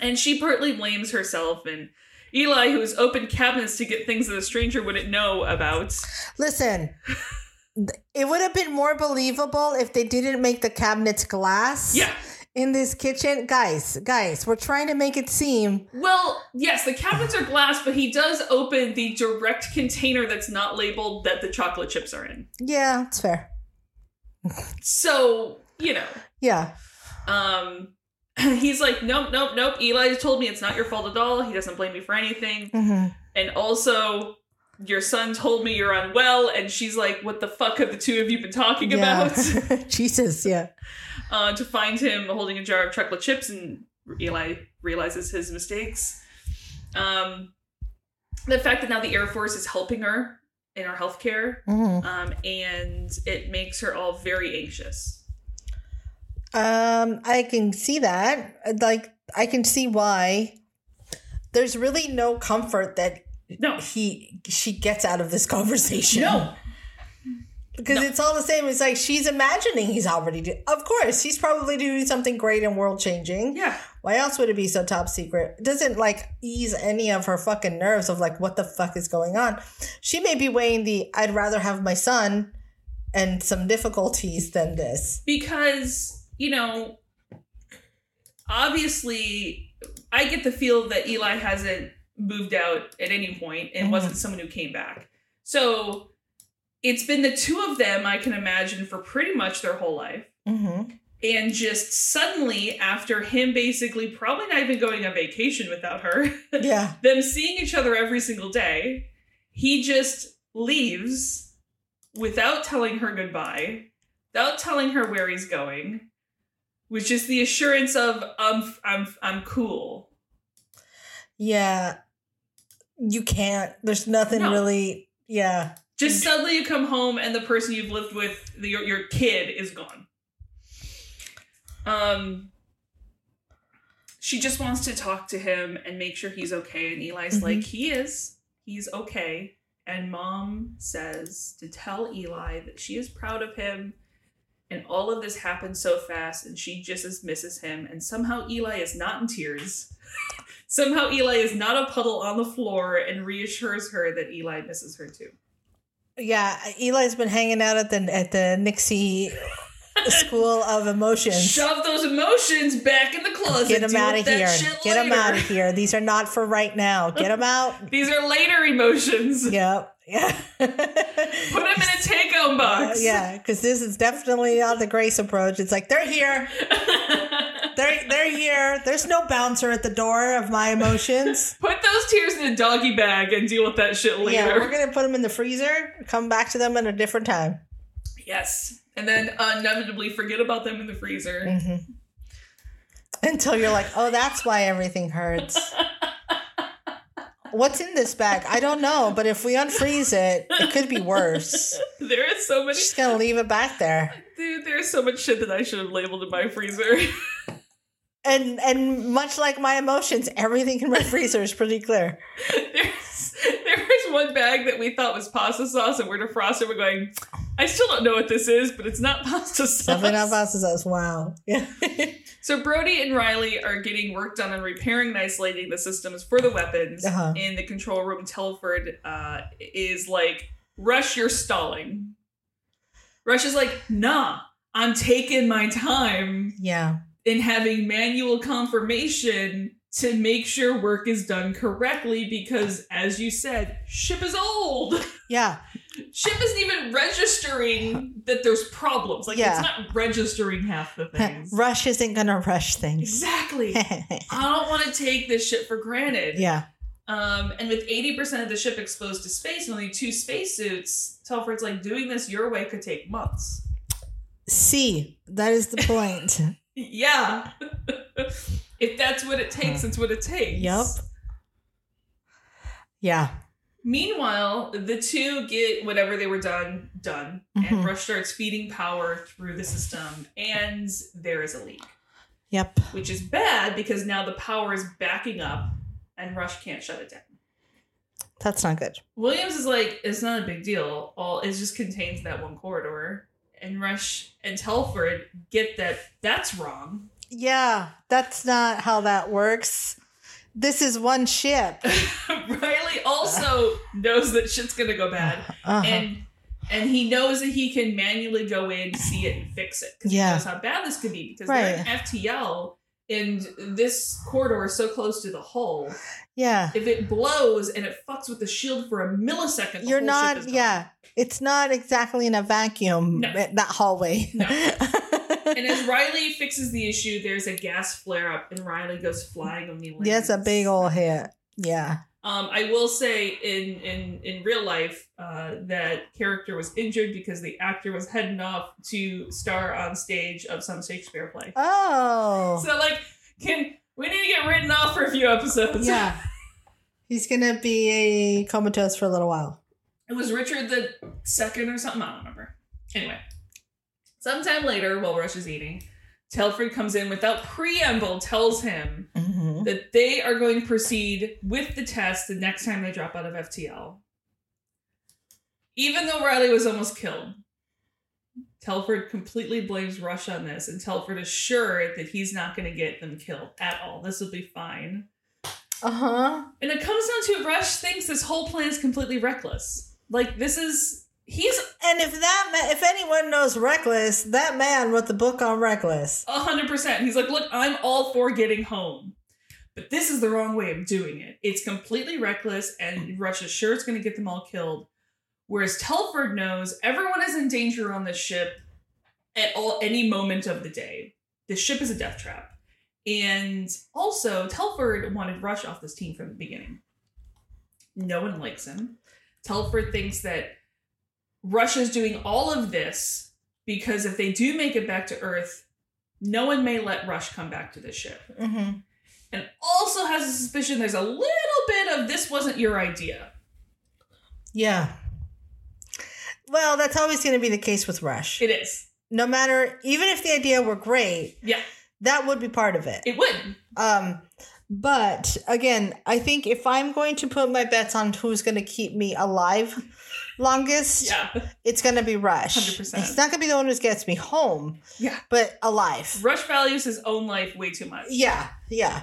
[SPEAKER 2] And she partly blames herself and Eli, who has opened cabinets to get things that a stranger wouldn't know about.
[SPEAKER 3] Listen, th- it would have been more believable if they didn't make the cabinets glass.
[SPEAKER 2] Yeah.
[SPEAKER 3] In this kitchen, guys, guys, we're trying to make it seem
[SPEAKER 2] Well, yes, the cabinets are glass, but he does open the direct container that's not labeled that the chocolate chips are in.
[SPEAKER 3] yeah, it's fair.
[SPEAKER 2] So, you know,
[SPEAKER 3] Yeah.
[SPEAKER 2] um, he's like, nope, nope, nope. Eli just told me it's not your fault at all. He doesn't blame me for anything.
[SPEAKER 3] hmm
[SPEAKER 2] And also, your son told me you're unwell. And she's like, what the fuck have the two of you been talking about?
[SPEAKER 3] Yeah. Jesus, yeah.
[SPEAKER 2] uh, to find him holding a jar of chocolate chips, and Eli realizes his mistakes. Um, the fact that now the Air Force is helping her in her healthcare,
[SPEAKER 3] hmm
[SPEAKER 2] um, and it makes her all very anxious.
[SPEAKER 3] Um, I can see that. Like, I can see why. There's really no comfort that
[SPEAKER 2] No,
[SPEAKER 3] he she gets out of this conversation.
[SPEAKER 2] no,
[SPEAKER 3] because it's all the same. It's like she's imagining he's already. Do- of course, he's probably doing something great and world changing.
[SPEAKER 2] yeah,
[SPEAKER 3] Why else would it be so top secret? It doesn't like ease any of her fucking nerves of like what the fuck is going on. She may be weighing the I'd rather have my son and some difficulties than this.
[SPEAKER 2] because you know, obviously, I get the feel that Eli hasn't moved out at any point and
[SPEAKER 3] Mhm.
[SPEAKER 2] wasn't someone who came back. So it's been the two of them, I can imagine, for pretty much their whole life.
[SPEAKER 3] Mm-hmm.
[SPEAKER 2] And just suddenly, after him basically probably not even going on vacation without her,
[SPEAKER 3] Yeah.
[SPEAKER 2] them seeing each other every single day, he just leaves without telling her goodbye, without telling her where he's going, which is the assurance of I'm I'm I'm cool.
[SPEAKER 3] Yeah. You can't. There's nothing
[SPEAKER 2] No.
[SPEAKER 3] really. Yeah.
[SPEAKER 2] Just suddenly you come home and the person you've lived with, the, your your kid, is gone. Um, she just wants to talk to him and make sure he's okay. And Eli's
[SPEAKER 3] Mhm.
[SPEAKER 2] like, he is, he's okay. And mom says to tell Eli that she is proud of him And all of this happens so fast, and she just as misses him. And somehow Eli is not in tears. somehow Eli is not a puddle on the floor and reassures her that Eli misses her too.
[SPEAKER 3] Yeah, Eli's been hanging out at the at the Nixie School of Emotions.
[SPEAKER 2] Shove those emotions back in the closet.
[SPEAKER 3] Get him
[SPEAKER 2] Deal
[SPEAKER 3] out
[SPEAKER 2] with
[SPEAKER 3] of
[SPEAKER 2] that
[SPEAKER 3] here.
[SPEAKER 2] shit
[SPEAKER 3] Get him
[SPEAKER 2] later.
[SPEAKER 3] out of here. These are not for right now. Get him out.
[SPEAKER 2] These are later emotions.
[SPEAKER 3] yep. Yeah.
[SPEAKER 2] Put them in a take home
[SPEAKER 3] Uh,
[SPEAKER 2] box.
[SPEAKER 3] yeah, because this is definitely not the grace approach. It's like they're here. They're they're here. There's no bouncer at the door of my emotions.
[SPEAKER 2] Put those tears in a doggy bag and deal with that shit later.
[SPEAKER 3] Yeah, we're gonna put them in the freezer. Come back to them at a different time.
[SPEAKER 2] yes. And then uh, inevitably forget about them in the freezer.
[SPEAKER 3] hmm Until you're like, oh, that's why everything hurts. What's in this bag? I don't know, but if we unfreeze it, it could be worse.
[SPEAKER 2] There is so
[SPEAKER 3] We're
[SPEAKER 2] much
[SPEAKER 3] just gonna leave it back there.
[SPEAKER 2] dude, there's so much shit that I should have labeled in my freezer.
[SPEAKER 3] And and much like my emotions, everything in my freezer is pretty clear.
[SPEAKER 2] there's there was one bag that we thought was pasta sauce and we're defrosted, we're going, I still don't know what this is, but it's not pasta sauce.
[SPEAKER 3] Something else is us. Wow. Yeah.
[SPEAKER 2] So Brody and Riley are getting work done on repairing and isolating the systems for the weapons
[SPEAKER 3] Uh-huh.
[SPEAKER 2] in the control room. Telford uh, is like, Rush, you're stalling. Rush is like, nah, I'm taking my time
[SPEAKER 3] yeah.
[SPEAKER 2] in having manual confirmation to make sure work is done correctly because, as you said, ship is old.
[SPEAKER 3] Yeah.
[SPEAKER 2] Ship isn't even registering that there's problems. Like,
[SPEAKER 3] Yeah.
[SPEAKER 2] it's not registering half the things.
[SPEAKER 3] Rush isn't gonna rush things.
[SPEAKER 2] Exactly. I don't want to take this ship for granted.
[SPEAKER 3] yeah.
[SPEAKER 2] Um, and with 80% of the ship exposed to space and only two spacesuits, Telford's like, doing this your way could take months.
[SPEAKER 3] See, that is the point.
[SPEAKER 2] Yeah. if that's what it takes, it's what it takes.
[SPEAKER 3] Yup. yeah.
[SPEAKER 2] Meanwhile, the two get whatever they were done, done.
[SPEAKER 3] Mhm.
[SPEAKER 2] And Rush starts feeding power through the system, and there is a leak,
[SPEAKER 3] Yep.
[SPEAKER 2] which is bad because now the power is backing up and Rush can't shut it down.
[SPEAKER 3] That's not good.
[SPEAKER 2] Williams is like, it's not a big deal. All it just contains that one corridor. And Rush and Telford get that that's wrong.
[SPEAKER 3] Yeah, that's not how that works. This is one ship.
[SPEAKER 2] Riley also knows that shit's gonna go bad.
[SPEAKER 3] Uh-huh.
[SPEAKER 2] And and he knows that he can manually go in, see it, and fix it. Because
[SPEAKER 3] Yeah.
[SPEAKER 2] he knows how bad this could be because they're in
[SPEAKER 3] Right.
[SPEAKER 2] FTL and this corridor is so close to the hull.
[SPEAKER 3] yeah.
[SPEAKER 2] If it blows and it fucks with the shield for a millisecond, the
[SPEAKER 3] You're
[SPEAKER 2] whole ship is
[SPEAKER 3] not,
[SPEAKER 2] gone.
[SPEAKER 3] yeah. It's not exactly in a vacuum, eh,
[SPEAKER 2] No.
[SPEAKER 3] that hallway.
[SPEAKER 2] No. And as Riley fixes the issue, there's a gas flare up, and Riley goes flying on the.
[SPEAKER 3] That's a big old hit. Yeah.
[SPEAKER 2] Um, I will say in in in real life, uh, that character was injured because the actor was heading off to star on stage of some Shakespeare play.
[SPEAKER 3] Oh.
[SPEAKER 2] So like, can we need to get written off for a few episodes?
[SPEAKER 3] yeah. He's going to be comatose for a little while.
[SPEAKER 2] It was Richard the second or something. I don't remember. Anyway, sometime later, while Rush is eating, Telford comes in without preamble, tells him
[SPEAKER 3] Mm-hmm.
[SPEAKER 2] that they are going to proceed with the test the next time they drop out of FTL. Even though Riley was almost killed, Telford completely blames Rush on this, and Telford is sure that he's not going to get them killed at all. This will be fine.
[SPEAKER 3] Uh huh.
[SPEAKER 2] And it comes down to Rush thinks this whole plan is completely reckless. Like, this is. He's
[SPEAKER 3] And if that, ma- if anyone knows Reckless, that man wrote the book on Reckless.
[SPEAKER 2] A hundred percent. He's like, look, I'm all for getting home, but this is the wrong way of doing it. It's completely reckless, and Russia's sure it's going to get them all killed. Whereas Telford knows everyone is in danger on this ship at all any moment of the day. The ship is a death trap, and also Telford wanted Rush off this team from the beginning. No one likes him. Telford thinks that Russia's doing all of this because if they do make it back to Earth, no one may let Rush come back to this ship.
[SPEAKER 3] Mm-hmm.
[SPEAKER 2] And also has a suspicion there's a little bit of this wasn't your idea.
[SPEAKER 3] Yeah. Well, that's always going to be the case with Rush.
[SPEAKER 2] It is.
[SPEAKER 3] No matter, even if the idea were great,
[SPEAKER 2] Yeah,
[SPEAKER 3] that would be part of it.
[SPEAKER 2] it would.
[SPEAKER 3] Um, but again, I think if I'm going to put my bets on who's going to keep me alive, longest,
[SPEAKER 2] Yeah.
[SPEAKER 3] it's gonna be Rush.
[SPEAKER 2] 100%.
[SPEAKER 3] It's not gonna be the one who gets me home,
[SPEAKER 2] Yeah.
[SPEAKER 3] but alive.
[SPEAKER 2] Rush values his own life way too much.
[SPEAKER 3] Yeah, yeah.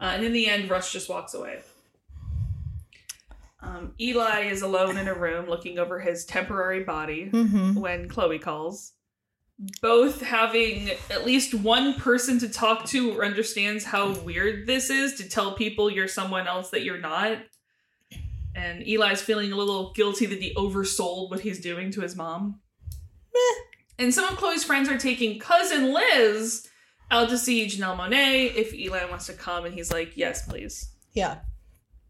[SPEAKER 2] Uh, and in the end, Rush just walks away. Um, Eli is alone in a room looking over his temporary body
[SPEAKER 3] Mm-hmm.
[SPEAKER 2] when Chloe calls. Both having at least one person to talk to who understands how weird this is to tell people you're someone else that you're not. And Eli's feeling a little guilty that he oversold what he's doing to his mom. And some of Chloe's friends are taking cousin Liz out to see Janelle Monet if Eli wants to come. And he's like, yes, please.
[SPEAKER 3] Yeah.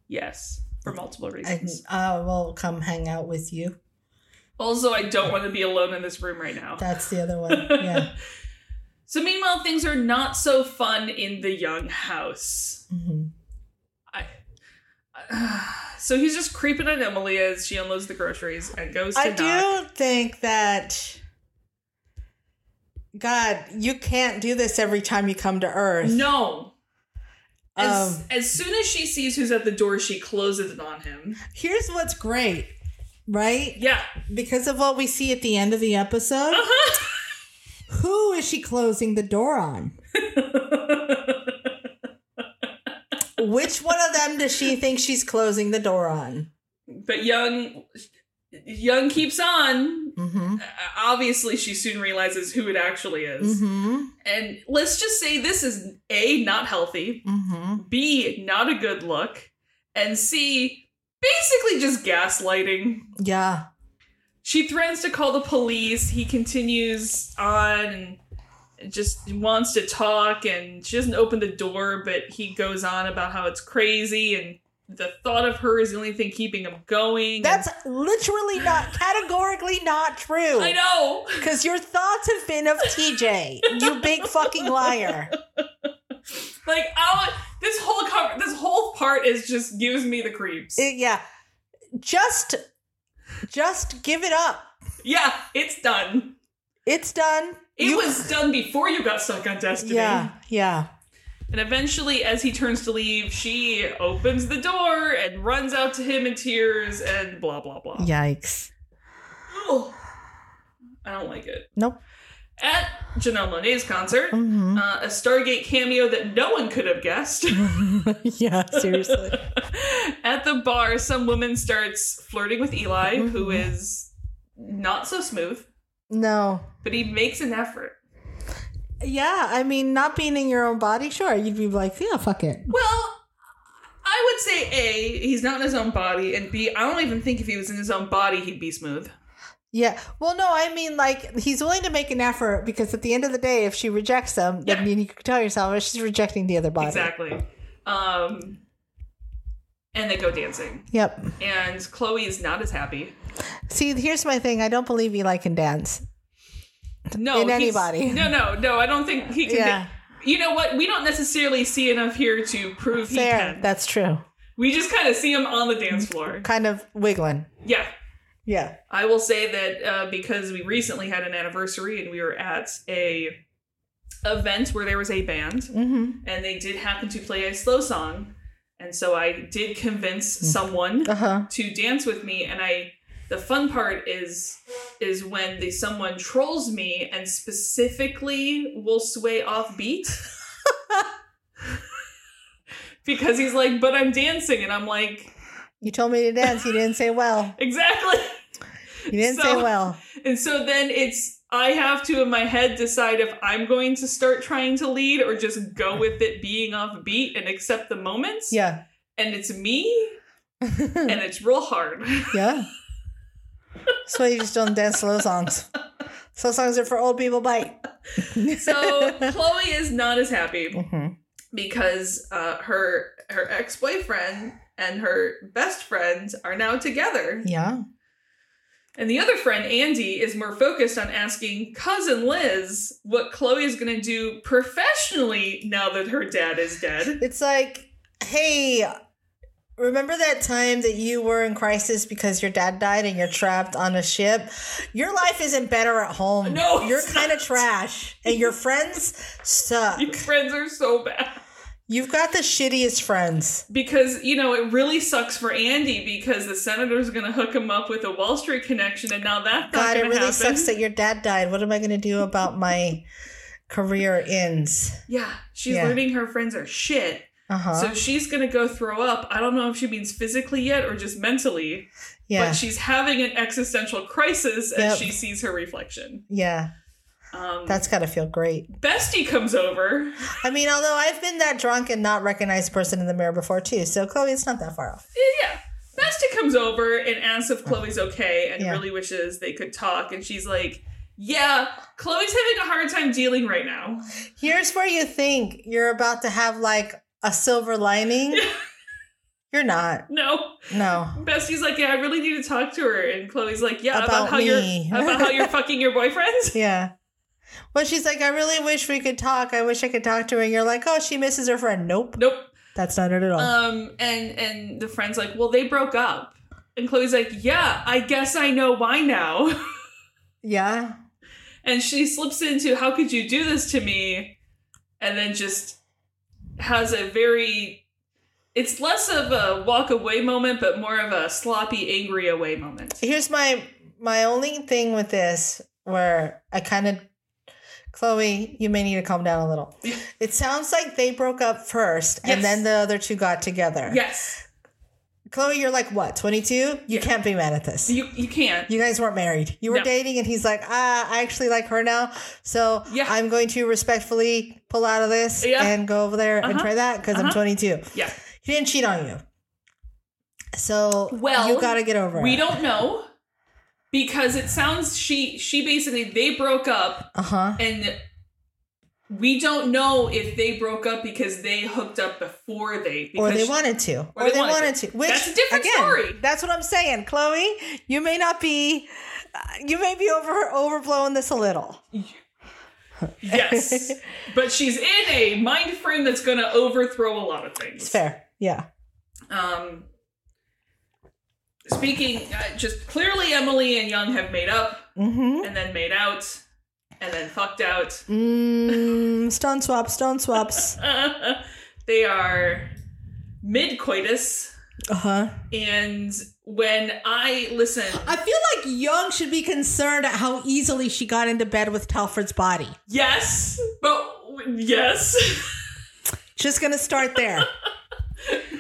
[SPEAKER 2] Yes, for multiple
[SPEAKER 3] And
[SPEAKER 2] reasons.
[SPEAKER 3] I uh, will come hang out with you.
[SPEAKER 2] also, I don't want to be alone in this room right now.
[SPEAKER 3] That's the other one. Yeah.
[SPEAKER 2] So meanwhile, things are not so fun in the young house.
[SPEAKER 3] hmm
[SPEAKER 2] I, so he's just creeping on Emily as she unloads the groceries and goes to
[SPEAKER 3] I
[SPEAKER 2] knock.
[SPEAKER 3] do think that God, you can't do this every time you come to Earth.
[SPEAKER 2] No. As,
[SPEAKER 3] Um.
[SPEAKER 2] as soon as she sees who's at the door, she closes it on him.
[SPEAKER 3] Here's what's great, right?
[SPEAKER 2] Yeah.
[SPEAKER 3] Because of what we see at the end of the episode,
[SPEAKER 2] Ah. Uh-huh.
[SPEAKER 3] who is she closing the door on? Which one of them does she think she's closing the door on?
[SPEAKER 2] But Young Young keeps on.
[SPEAKER 3] Mm-hmm.
[SPEAKER 2] Obviously, she soon realizes who it actually is.
[SPEAKER 3] Mm-hmm.
[SPEAKER 2] And let's just say this is A, not healthy.
[SPEAKER 3] Mm-hmm.
[SPEAKER 2] B, not a good look, and C, basically just gaslighting.
[SPEAKER 3] Yeah.
[SPEAKER 2] She threatens to call the police. He continues on and just wants to talk, and she doesn't open the door, but he goes on about how it's crazy and the thought of her is the only thing keeping him going.
[SPEAKER 3] That's literally not categorically not true.
[SPEAKER 2] I know.
[SPEAKER 3] Because your thoughts have been of TJ, you big fucking liar.
[SPEAKER 2] Like I wa- this whole cover this whole part is just gives me the creeps.
[SPEAKER 3] It- yeah, just, just give it up.
[SPEAKER 2] yeah, it's done.
[SPEAKER 3] It's done.
[SPEAKER 2] It
[SPEAKER 3] You-
[SPEAKER 2] was done before you got stuck on Destiny.
[SPEAKER 3] Yeah, yeah.
[SPEAKER 2] And eventually, as he turns to leave, she opens the door and runs out to him in tears and blah, blah, blah.
[SPEAKER 3] Yikes.
[SPEAKER 2] Oh, I don't like it.
[SPEAKER 3] Nope.
[SPEAKER 2] At Janelle Monet's concert,
[SPEAKER 3] Mhm.
[SPEAKER 2] uh, a Stargate cameo that no one could have guessed.
[SPEAKER 3] yeah, seriously.
[SPEAKER 2] At the bar, some woman starts flirting with Eli, who is not so smooth,
[SPEAKER 3] No.
[SPEAKER 2] but he makes an effort.
[SPEAKER 3] Yeah, I mean, not being in your own body, sure, you'd be like, yeah, fuck it.
[SPEAKER 2] Well, I would say A, he's not in his own body, and B, I don't even think if he was in his own body, he'd be smooth.
[SPEAKER 3] Yeah. Well, no, I mean, like, he's willing to make an effort because at the end of the day, if she rejects him, then you can tell yourself she's rejecting the other body.
[SPEAKER 2] Exactly. Um, and they go dancing.
[SPEAKER 3] Yep.
[SPEAKER 2] And Chloe is not as happy.
[SPEAKER 3] See, here's my thing. I don't believe Eli can dance.
[SPEAKER 2] No,
[SPEAKER 3] In
[SPEAKER 2] he's-
[SPEAKER 3] anybody.
[SPEAKER 2] No, no, no. I don't think he can.
[SPEAKER 3] Yeah.
[SPEAKER 2] You know what? We don't necessarily see enough here to prove he
[SPEAKER 3] Fair.
[SPEAKER 2] can.
[SPEAKER 3] That's true.
[SPEAKER 2] we just kind of see him on the dance floor.
[SPEAKER 3] Kind of wiggling.
[SPEAKER 2] Yeah.
[SPEAKER 3] Yeah.
[SPEAKER 2] I will say that uh, because we recently had an anniversary and we were at a event where there was a band
[SPEAKER 3] Mm-hmm.
[SPEAKER 2] and they did happen to play a slow song. And so I did convince someone
[SPEAKER 3] Uh huh.
[SPEAKER 2] to dance with me and i the fun part is is when the someone trolls me and specifically will sway off beat because he's like but i'm dancing and i'm like
[SPEAKER 3] You told me to dance. You didn't say well.
[SPEAKER 2] exactly
[SPEAKER 3] You didn't
[SPEAKER 2] So-
[SPEAKER 3] say well.
[SPEAKER 2] and so then it's i have to in my head decide if i'm going to start trying to lead or just go with it being off beat and accept the moments
[SPEAKER 3] Yeah.
[SPEAKER 2] and it's me and it's real hard
[SPEAKER 3] Yeah. That's why you just don't dance slow songs. Slow songs are for old people. Bite.
[SPEAKER 2] so chloe is not as happy
[SPEAKER 3] Mhm.
[SPEAKER 2] because uh, her her ex boyfriend and her best friend are now together,
[SPEAKER 3] Yeah.
[SPEAKER 2] and the other friend Andy is more focused on asking cousin Liz what Chloe is going to do professionally now that her dad is dead.
[SPEAKER 3] It's like, hey, remember that time that you were in crisis because your dad died and you're trapped on a ship? Your life isn't better at home.
[SPEAKER 2] No,
[SPEAKER 3] You're
[SPEAKER 2] it's
[SPEAKER 3] kind of trash and your friends suck.
[SPEAKER 2] Your friends are so bad.
[SPEAKER 3] You've got the shittiest friends.
[SPEAKER 2] because you know it really sucks for Andy because the senator's going to hook him up with a Wall Street connection, and now that's not
[SPEAKER 3] God, it
[SPEAKER 2] going
[SPEAKER 3] really
[SPEAKER 2] to happen.
[SPEAKER 3] sucks that your dad died. What am I going to do about my career ends?
[SPEAKER 2] yeah, she's
[SPEAKER 3] Yeah.
[SPEAKER 2] learning her friends are shit,
[SPEAKER 3] Uh huh.
[SPEAKER 2] so she's going to go throw up. I don't know if she means physically yet or just mentally,
[SPEAKER 3] yeah.
[SPEAKER 2] but she's having an existential crisis as
[SPEAKER 3] Yep.
[SPEAKER 2] she sees her reflection.
[SPEAKER 3] yeah.
[SPEAKER 2] Um,
[SPEAKER 3] That's got to feel great.
[SPEAKER 2] Bestie comes over.
[SPEAKER 3] I mean, although I've been that drunk and not recognized person in the mirror before, too. So, Chloe, it's not that far off.
[SPEAKER 2] Yeah. Bestie comes over and asks if Chloe's okay and
[SPEAKER 3] Yeah.
[SPEAKER 2] really wishes they could talk. And she's like, Yeah, Chloe's having a hard time dealing right now.
[SPEAKER 3] Here's where you think you're about to have like a silver lining. you're not.
[SPEAKER 2] No.
[SPEAKER 3] No.
[SPEAKER 2] Bestie's like, Yeah, I really need to talk to her. And Chloe's like, Yeah, about,
[SPEAKER 3] About
[SPEAKER 2] how
[SPEAKER 3] me.
[SPEAKER 2] you're about how you're fucking your boyfriends.
[SPEAKER 3] Yeah. But she's like, I really wish we could talk. I wish I could talk to her. And you're like, oh, she misses her friend. Nope.
[SPEAKER 2] Nope.
[SPEAKER 3] That's not it at all.
[SPEAKER 2] Um and and the friend's like, Well, they broke up. And Chloe's like, Yeah, I guess I know why now.
[SPEAKER 3] yeah.
[SPEAKER 2] And she slips into how could you do this to me? And then just has a very it's less of a walk away moment, but more of a sloppy, angry away moment.
[SPEAKER 3] Here's my my only thing with this where I kind of Chloe, you may need to calm down a little. It sounds like they broke up first
[SPEAKER 2] Yes.
[SPEAKER 3] and then the other two got together.
[SPEAKER 2] Yes.
[SPEAKER 3] Chloe, you're like what, 22? You
[SPEAKER 2] Yeah.
[SPEAKER 3] can't be mad at this.
[SPEAKER 2] You you can't.
[SPEAKER 3] you guys weren't married. You were
[SPEAKER 2] No.
[SPEAKER 3] dating, and he's like, ah, I actually like her now. So
[SPEAKER 2] Yeah.
[SPEAKER 3] I'm going to respectfully pull out of this
[SPEAKER 2] Yeah.
[SPEAKER 3] and go over there and
[SPEAKER 2] Uh-huh.
[SPEAKER 3] try that because I'm
[SPEAKER 2] Uh-huh.
[SPEAKER 3] 22.
[SPEAKER 2] Yeah.
[SPEAKER 3] He didn't cheat on you. So
[SPEAKER 2] Well,
[SPEAKER 3] you got to get over
[SPEAKER 2] We
[SPEAKER 3] it.
[SPEAKER 2] don't know. Because it sounds she she basically they broke up
[SPEAKER 3] Uh huh.
[SPEAKER 2] and we don't know if they broke up because they hooked up before they because
[SPEAKER 3] Or they wanted to. Or, they, wanted, to. Which,
[SPEAKER 2] That's a different
[SPEAKER 3] again,
[SPEAKER 2] story.
[SPEAKER 3] That's what I'm saying, Chloe. You may not be. uh, You may be over overblowing this a little.
[SPEAKER 2] Yes. but she's in a mind frame that's going to overthrow a lot of
[SPEAKER 3] It's
[SPEAKER 2] things.
[SPEAKER 3] fair. Yeah.
[SPEAKER 2] Um, speaking, uh, just clearly Emily and Young have made up
[SPEAKER 3] Mm-hmm.
[SPEAKER 2] and then made out and then fucked out.
[SPEAKER 3] Mm, stone swaps. Stone swaps.
[SPEAKER 2] they are mid coitus.
[SPEAKER 3] Uh huh.
[SPEAKER 2] And when I listen,
[SPEAKER 3] I feel like Young should be concerned at how easily she got into bed with Telford's body.
[SPEAKER 2] yes, but yes,
[SPEAKER 3] Just gonna start there.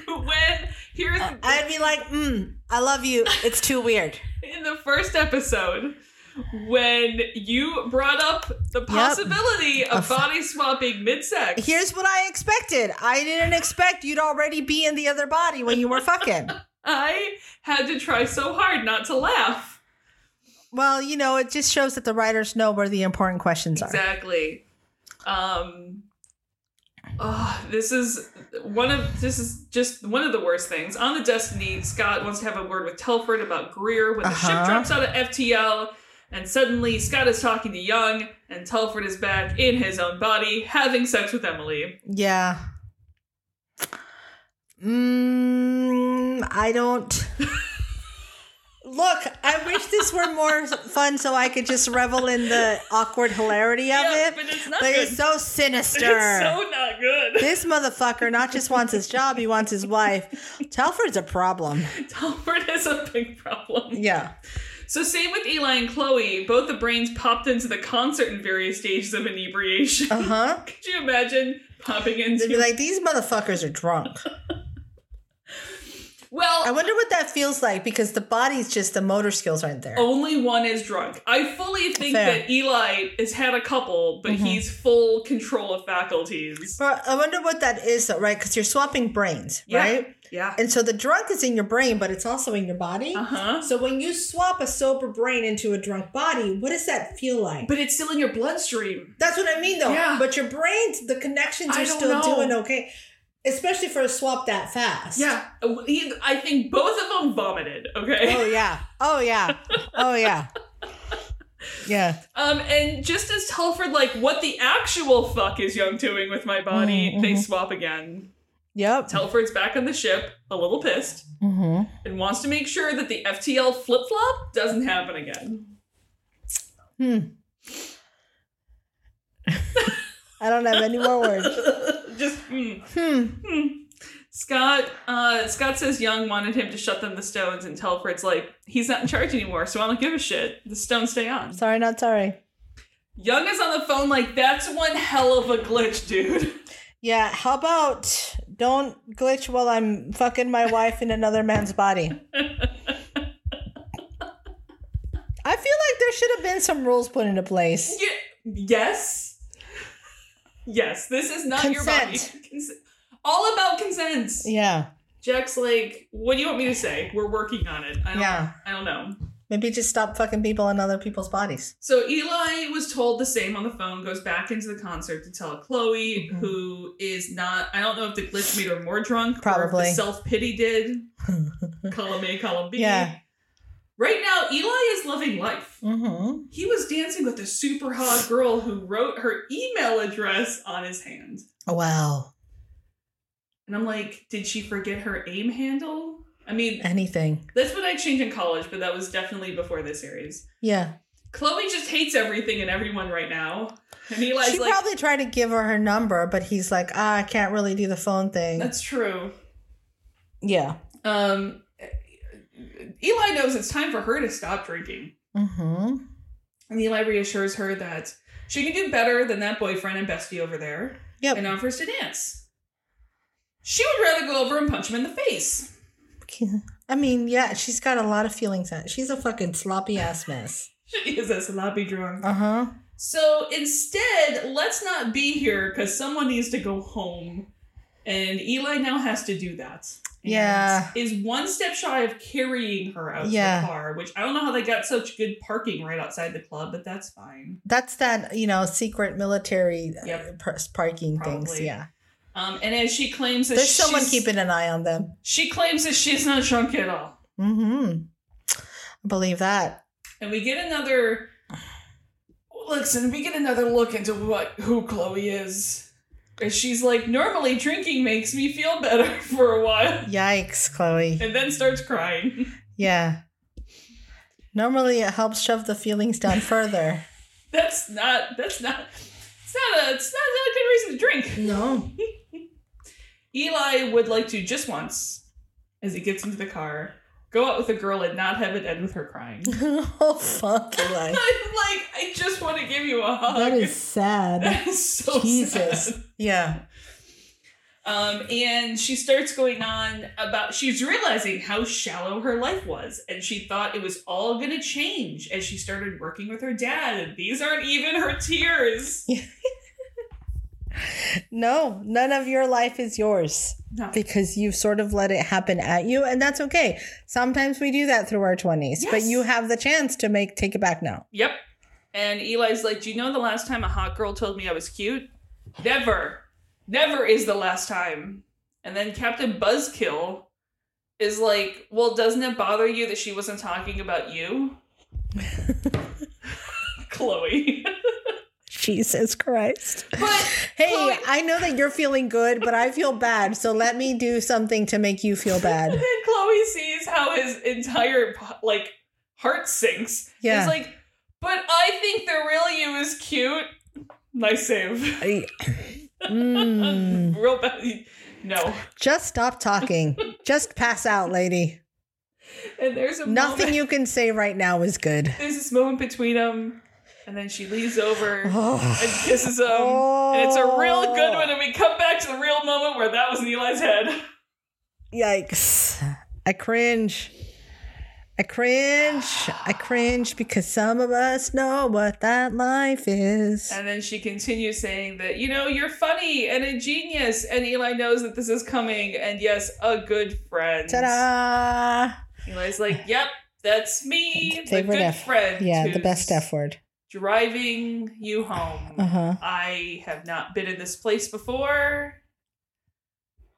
[SPEAKER 2] when here's
[SPEAKER 3] I'd be like, mm, I love you. It's too weird.
[SPEAKER 2] in the first episode when you brought up the possibility of
[SPEAKER 3] Of-
[SPEAKER 2] body swapping mid-sex.
[SPEAKER 3] Here's what I expected. I didn't expect you'd already be in the other body when you were fucking.
[SPEAKER 2] I had to try so hard not to laugh.
[SPEAKER 3] Well, you know, it just shows that the writers know where the important questions are.
[SPEAKER 2] Exactly. Um oh, this is one of this is just one of the worst things. On the Destiny, Scott wants to have a word with Telford about Greer when the ship
[SPEAKER 3] Uh-huh.
[SPEAKER 2] drops out of FTL and suddenly Scott is talking to Young and Telford is back in his own body having sex with Emily.
[SPEAKER 3] Yeah. Mm, I don't. Look, I wish this were more fun so I could just revel in the awkward hilarity of
[SPEAKER 2] Yeah,
[SPEAKER 3] it.
[SPEAKER 2] but it's not
[SPEAKER 3] But it's
[SPEAKER 2] good.
[SPEAKER 3] so sinister.
[SPEAKER 2] It's so not good.
[SPEAKER 3] this motherfucker not just wants his job, he wants his wife. Telford's a problem.
[SPEAKER 2] Telford is a big problem.
[SPEAKER 3] Yeah.
[SPEAKER 2] So same with Eli and Chloe. Both the brains popped into the concert in various stages of inebriation.
[SPEAKER 3] Uh huh.
[SPEAKER 2] Could you imagine popping
[SPEAKER 3] They'd be
[SPEAKER 2] into?
[SPEAKER 3] like, these motherfuckers are drunk. I
[SPEAKER 2] well,
[SPEAKER 3] wonder what that feels like because the body's just, the motor skills aren't there.
[SPEAKER 2] only one is drunk. I fully think
[SPEAKER 3] Fair. Mm-hmm.
[SPEAKER 2] that Eli has had a couple, but he's full control of faculties.
[SPEAKER 3] But I wonder what that is, though, right? Because you're swapping brains,
[SPEAKER 2] Yeah.
[SPEAKER 3] right?
[SPEAKER 2] Yeah.
[SPEAKER 3] And so the drunk is in your brain, but it's also in your body.
[SPEAKER 2] Uh huh.
[SPEAKER 3] So when you swap a sober brain into a drunk body, what does that feel like?
[SPEAKER 2] But it's still in your bloodstream.
[SPEAKER 3] That's what I mean, though.
[SPEAKER 2] Yeah.
[SPEAKER 3] But your brains, the connections
[SPEAKER 2] I
[SPEAKER 3] are
[SPEAKER 2] don't
[SPEAKER 3] still
[SPEAKER 2] know.
[SPEAKER 3] doing okay, especially for a swap that fast.
[SPEAKER 2] Yeah. Uh, He- I think both of them vomited. Okay.
[SPEAKER 3] Oh yeah. Oh yeah. Oh yeah. Yeah.
[SPEAKER 2] Um, and just as Telford, like, what the actual fuck is Young doing with my body?
[SPEAKER 3] Mhm,
[SPEAKER 2] They
[SPEAKER 3] mhm.
[SPEAKER 2] swap again.
[SPEAKER 3] Yep.
[SPEAKER 2] Telford's back on the ship, a little pissed,
[SPEAKER 3] Mm-hmm.
[SPEAKER 2] and wants to make sure that the FTL flip flop doesn't happen again.
[SPEAKER 3] Hmm. I don't have any more words.
[SPEAKER 2] just mm,
[SPEAKER 3] Hmm.
[SPEAKER 2] hmm. Scott. Uh, Scott says Young wanted him to shut them the Stones, and Telford's like, he's not in charge anymore, so I don't give a shit. The Stones stay on.
[SPEAKER 3] Sorry, not sorry.
[SPEAKER 2] Young is on the phone like, that's one hell of a glitch, dude.
[SPEAKER 3] Yeah, how about don't glitch while I'm fucking my wife in another man's body? I feel like there should have been some rules put into place.
[SPEAKER 2] Ye- yes. Yes, this is not your
[SPEAKER 3] Consent.
[SPEAKER 2] body. Cons- all about consent.
[SPEAKER 3] Yeah.
[SPEAKER 2] Jack's like, what do you want me to say? We're working on it. I don't,
[SPEAKER 3] Yeah.
[SPEAKER 2] I don't know.
[SPEAKER 3] Maybe just stop fucking people in other people's bodies.
[SPEAKER 2] So Eli was told the same on the phone, goes back into the concert to tell Chloe,
[SPEAKER 3] Mhm.
[SPEAKER 2] who is not, I don't know if the glitch made her more drunk.
[SPEAKER 3] Probably.
[SPEAKER 2] Self pity did. column A, column B.
[SPEAKER 3] Yeah.
[SPEAKER 2] Right now, Eli is loving life.
[SPEAKER 3] Mm-hmm.
[SPEAKER 2] He was dancing with a super hot girl who wrote her email address on his hand.
[SPEAKER 3] Wow.
[SPEAKER 2] And I'm like, did she forget her aim handle? I mean,
[SPEAKER 3] Anything.
[SPEAKER 2] that's what I changed in college, but that was definitely before this series.
[SPEAKER 3] Yeah.
[SPEAKER 2] Chloe just hates everything and everyone right now. And Eli's
[SPEAKER 3] she
[SPEAKER 2] like,
[SPEAKER 3] probably tried to give her her number, but he's like, ah, I can't really do the phone thing.
[SPEAKER 2] that's true.
[SPEAKER 3] Yeah.
[SPEAKER 2] Um, Eli knows it's time for her to stop drinking.
[SPEAKER 3] Mm-hmm.
[SPEAKER 2] And Eli reassures her that she can do better than that boyfriend and bestie over there
[SPEAKER 3] Yep.
[SPEAKER 2] and offers to dance. She would rather go over and punch him in the face.
[SPEAKER 3] I mean, yeah, she's got a lot of feelings. on it. She's a fucking sloppy ass mess.
[SPEAKER 2] She is a sloppy drunk.
[SPEAKER 3] Uh huh.
[SPEAKER 2] So instead, let's not be here because someone needs to go home. And Eli now has to do that. And
[SPEAKER 3] Yeah.
[SPEAKER 2] Is one step shy of carrying her out to
[SPEAKER 3] Yeah.
[SPEAKER 2] the car, which I don't know how they got such good parking right outside the club, but that's fine.
[SPEAKER 3] That's that you know secret military uh,
[SPEAKER 2] Yep.
[SPEAKER 3] par- parking things.
[SPEAKER 2] Probably.
[SPEAKER 3] Yeah,
[SPEAKER 2] Um, and as she claims that
[SPEAKER 3] there's someone
[SPEAKER 2] she's-
[SPEAKER 3] keeping an eye on them.
[SPEAKER 2] She claims that she's not drunk at all.
[SPEAKER 3] Hmm. I believe that.
[SPEAKER 2] And we get another listen, we get another look into what who Chloe is. And she's like, normally drinking makes me feel better for a while.
[SPEAKER 3] Yikes, Chloe.
[SPEAKER 2] And then starts crying.
[SPEAKER 3] Yeah. Normally, it helps shove the feelings down further.
[SPEAKER 2] That's not that's not it's not a it's not, not a good reason to drink.
[SPEAKER 3] No.
[SPEAKER 2] Eli would like to just once, as he gets into the car, go out with a girl and not have it end with her crying.
[SPEAKER 3] oh fuck,
[SPEAKER 2] I'm
[SPEAKER 3] Eli.
[SPEAKER 2] like, I just want to give you a hug.
[SPEAKER 3] That is sad.
[SPEAKER 2] That is so
[SPEAKER 3] Jesus.
[SPEAKER 2] sad.
[SPEAKER 3] Yeah.
[SPEAKER 2] Um, and she starts going on about she's realizing how shallow her life was, and she thought it was all gonna change as she started working with her dad. And these aren't even her tears.
[SPEAKER 3] No, none of your life is yours
[SPEAKER 2] No.
[SPEAKER 3] because you've sort of let it happen at you, and that's okay. Sometimes we do that through our twenties, but
[SPEAKER 2] Yes.
[SPEAKER 3] you have the chance to make take it back now.
[SPEAKER 2] Yep. And Eli's like, Do you know the last time a hot girl told me I was cute? Never. Never is the last time. And then Captain Buzzkill is like, Well, doesn't it bother you that she wasn't talking about you? Chloe.
[SPEAKER 3] Jesus Christ.
[SPEAKER 2] but
[SPEAKER 3] Hey,
[SPEAKER 2] Chloe-
[SPEAKER 3] I know that you're feeling good, but I feel bad. So let me do something to make you feel
[SPEAKER 2] then
[SPEAKER 3] bad.
[SPEAKER 2] Chloe sees how his entire like heart sinks.
[SPEAKER 3] Yeah.
[SPEAKER 2] He's like, but I think the real you is cute. Nice save.
[SPEAKER 3] I- Mm.
[SPEAKER 2] Real bad. No.
[SPEAKER 3] Just stop talking. Just pass out, lady.
[SPEAKER 2] And there's a
[SPEAKER 3] Nothing
[SPEAKER 2] moment-
[SPEAKER 3] you can say right now is good.
[SPEAKER 2] There's this moment between them, and then she leans over and
[SPEAKER 3] Oh.
[SPEAKER 2] kisses him, and it's a real good one. And we come back to the real moment where that was in Eli's head.
[SPEAKER 3] Yikes. I cringe. I cringe. I cringe because some of us know what that life is.
[SPEAKER 2] And then she continues saying that you know you're funny and ingenious, and Eli knows that this is coming, and yes, a good friend.
[SPEAKER 3] Ta da!
[SPEAKER 2] Eli's like, "Yep, that's me, the
[SPEAKER 3] Favorite
[SPEAKER 2] good
[SPEAKER 3] F.
[SPEAKER 2] friend.
[SPEAKER 3] Yeah, the
[SPEAKER 2] who's
[SPEAKER 3] best F word.
[SPEAKER 2] Driving you home.
[SPEAKER 3] Uh huh.
[SPEAKER 2] I have not been in this place before.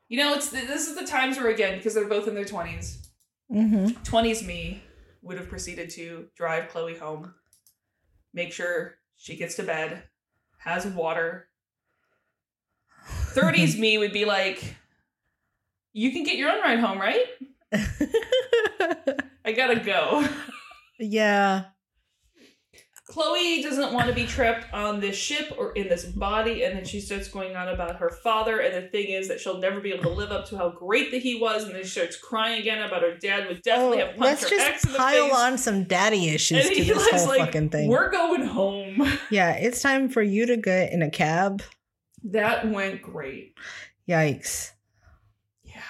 [SPEAKER 2] You know, it's this is the times where again because they're both in their twenties.
[SPEAKER 3] Mm-hmm.
[SPEAKER 2] 20s me would have proceeded to drive Chloe home, make sure she gets to bed, has water. 30s me would be like, You can get your own ride home, right? I gotta go.
[SPEAKER 3] yeah.
[SPEAKER 2] Chloe doesn't want to be trapped on this ship or in this body, and then she starts going on about her father. And the thing is that she'll never be able to live up to how great that he was. And then she starts crying again about her dad would definitely have punched
[SPEAKER 3] Oh, let's
[SPEAKER 2] her ex in
[SPEAKER 3] just
[SPEAKER 2] the
[SPEAKER 3] pile
[SPEAKER 2] face.
[SPEAKER 3] on some daddy issues
[SPEAKER 2] and
[SPEAKER 3] to
[SPEAKER 2] he
[SPEAKER 3] this
[SPEAKER 2] was
[SPEAKER 3] whole
[SPEAKER 2] like,
[SPEAKER 3] fucking thing.
[SPEAKER 2] "We're going home."
[SPEAKER 3] Yeah, it's time for you to get in a cab.
[SPEAKER 2] That went great.
[SPEAKER 3] Yikes.
[SPEAKER 2] Yeah.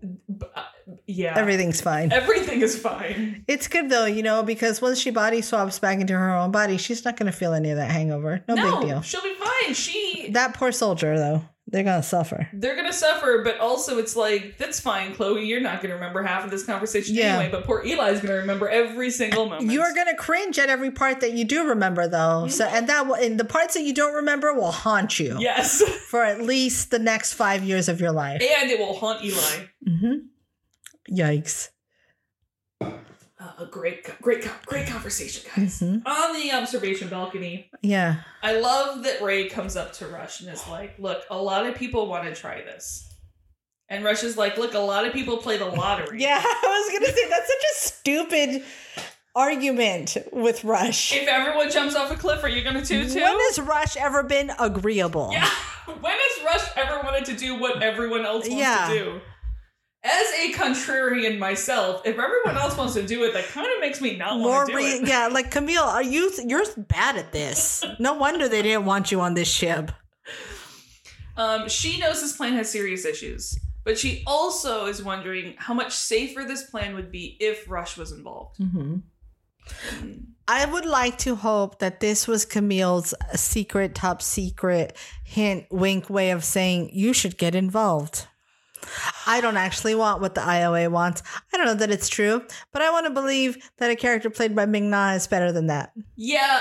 [SPEAKER 2] B- uh, Yeah.
[SPEAKER 3] Everything's fine.
[SPEAKER 2] Everything is fine.
[SPEAKER 3] It's good though, you know, because once she body swaps back into her own body, she's not going to feel any of that hangover. No,
[SPEAKER 2] no,
[SPEAKER 3] big deal.
[SPEAKER 2] she'll be fine. She
[SPEAKER 3] That poor soldier though, they're going to suffer.
[SPEAKER 2] they're gonna suffer, but also it's like that's fine, Chloe. You're not gonna remember half of this conversation
[SPEAKER 3] Yeah.
[SPEAKER 2] anyway. But poor Eli's gonna remember every single moment.
[SPEAKER 3] You're going to cringe at every part that you do remember though. So and that will- and the parts that you don't remember will haunt you
[SPEAKER 2] yes,
[SPEAKER 3] for at least the next 5 years of your life.
[SPEAKER 2] and it will haunt Eli.
[SPEAKER 3] Mhm. Yikes.
[SPEAKER 2] Uh, a great, co- great, co- great conversation, guys.
[SPEAKER 3] Mhm.
[SPEAKER 2] On the observation balcony,
[SPEAKER 3] Yeah.
[SPEAKER 2] I love that Ray comes up to Rush and is like, "Look, a lot of people want to try this," and Rush is like, "Look, a lot of people play the lottery."
[SPEAKER 3] Yeah, I was gonna say that's such a stupid argument with Rush.
[SPEAKER 2] If everyone jumps off a cliff, are you gonna do too?
[SPEAKER 3] When has Rush ever been agreeable?
[SPEAKER 2] Yeah. When has Rush ever wanted to do what everyone else wants
[SPEAKER 3] Yeah.
[SPEAKER 2] to do? As a contrarian myself, if everyone else wants to do it, that kind of makes me not
[SPEAKER 3] More
[SPEAKER 2] want to do
[SPEAKER 3] re-
[SPEAKER 2] it.
[SPEAKER 3] yeah, like Camille, are you you're bad at this. No wonder they didn't want you on this ship.
[SPEAKER 2] Um, she knows this plan has serious issues, but she also is wondering how much safer this plan would be if Rush was involved.
[SPEAKER 3] Hmm. Mm-hmm. I would like to hope that this was Camille's secret, top secret hint, wink way of saying you should get involved. I don't actually want what the IOA wants. I don't know that it's true, but I want to believe that a character played by Ming Na is better than that.
[SPEAKER 2] Yeah,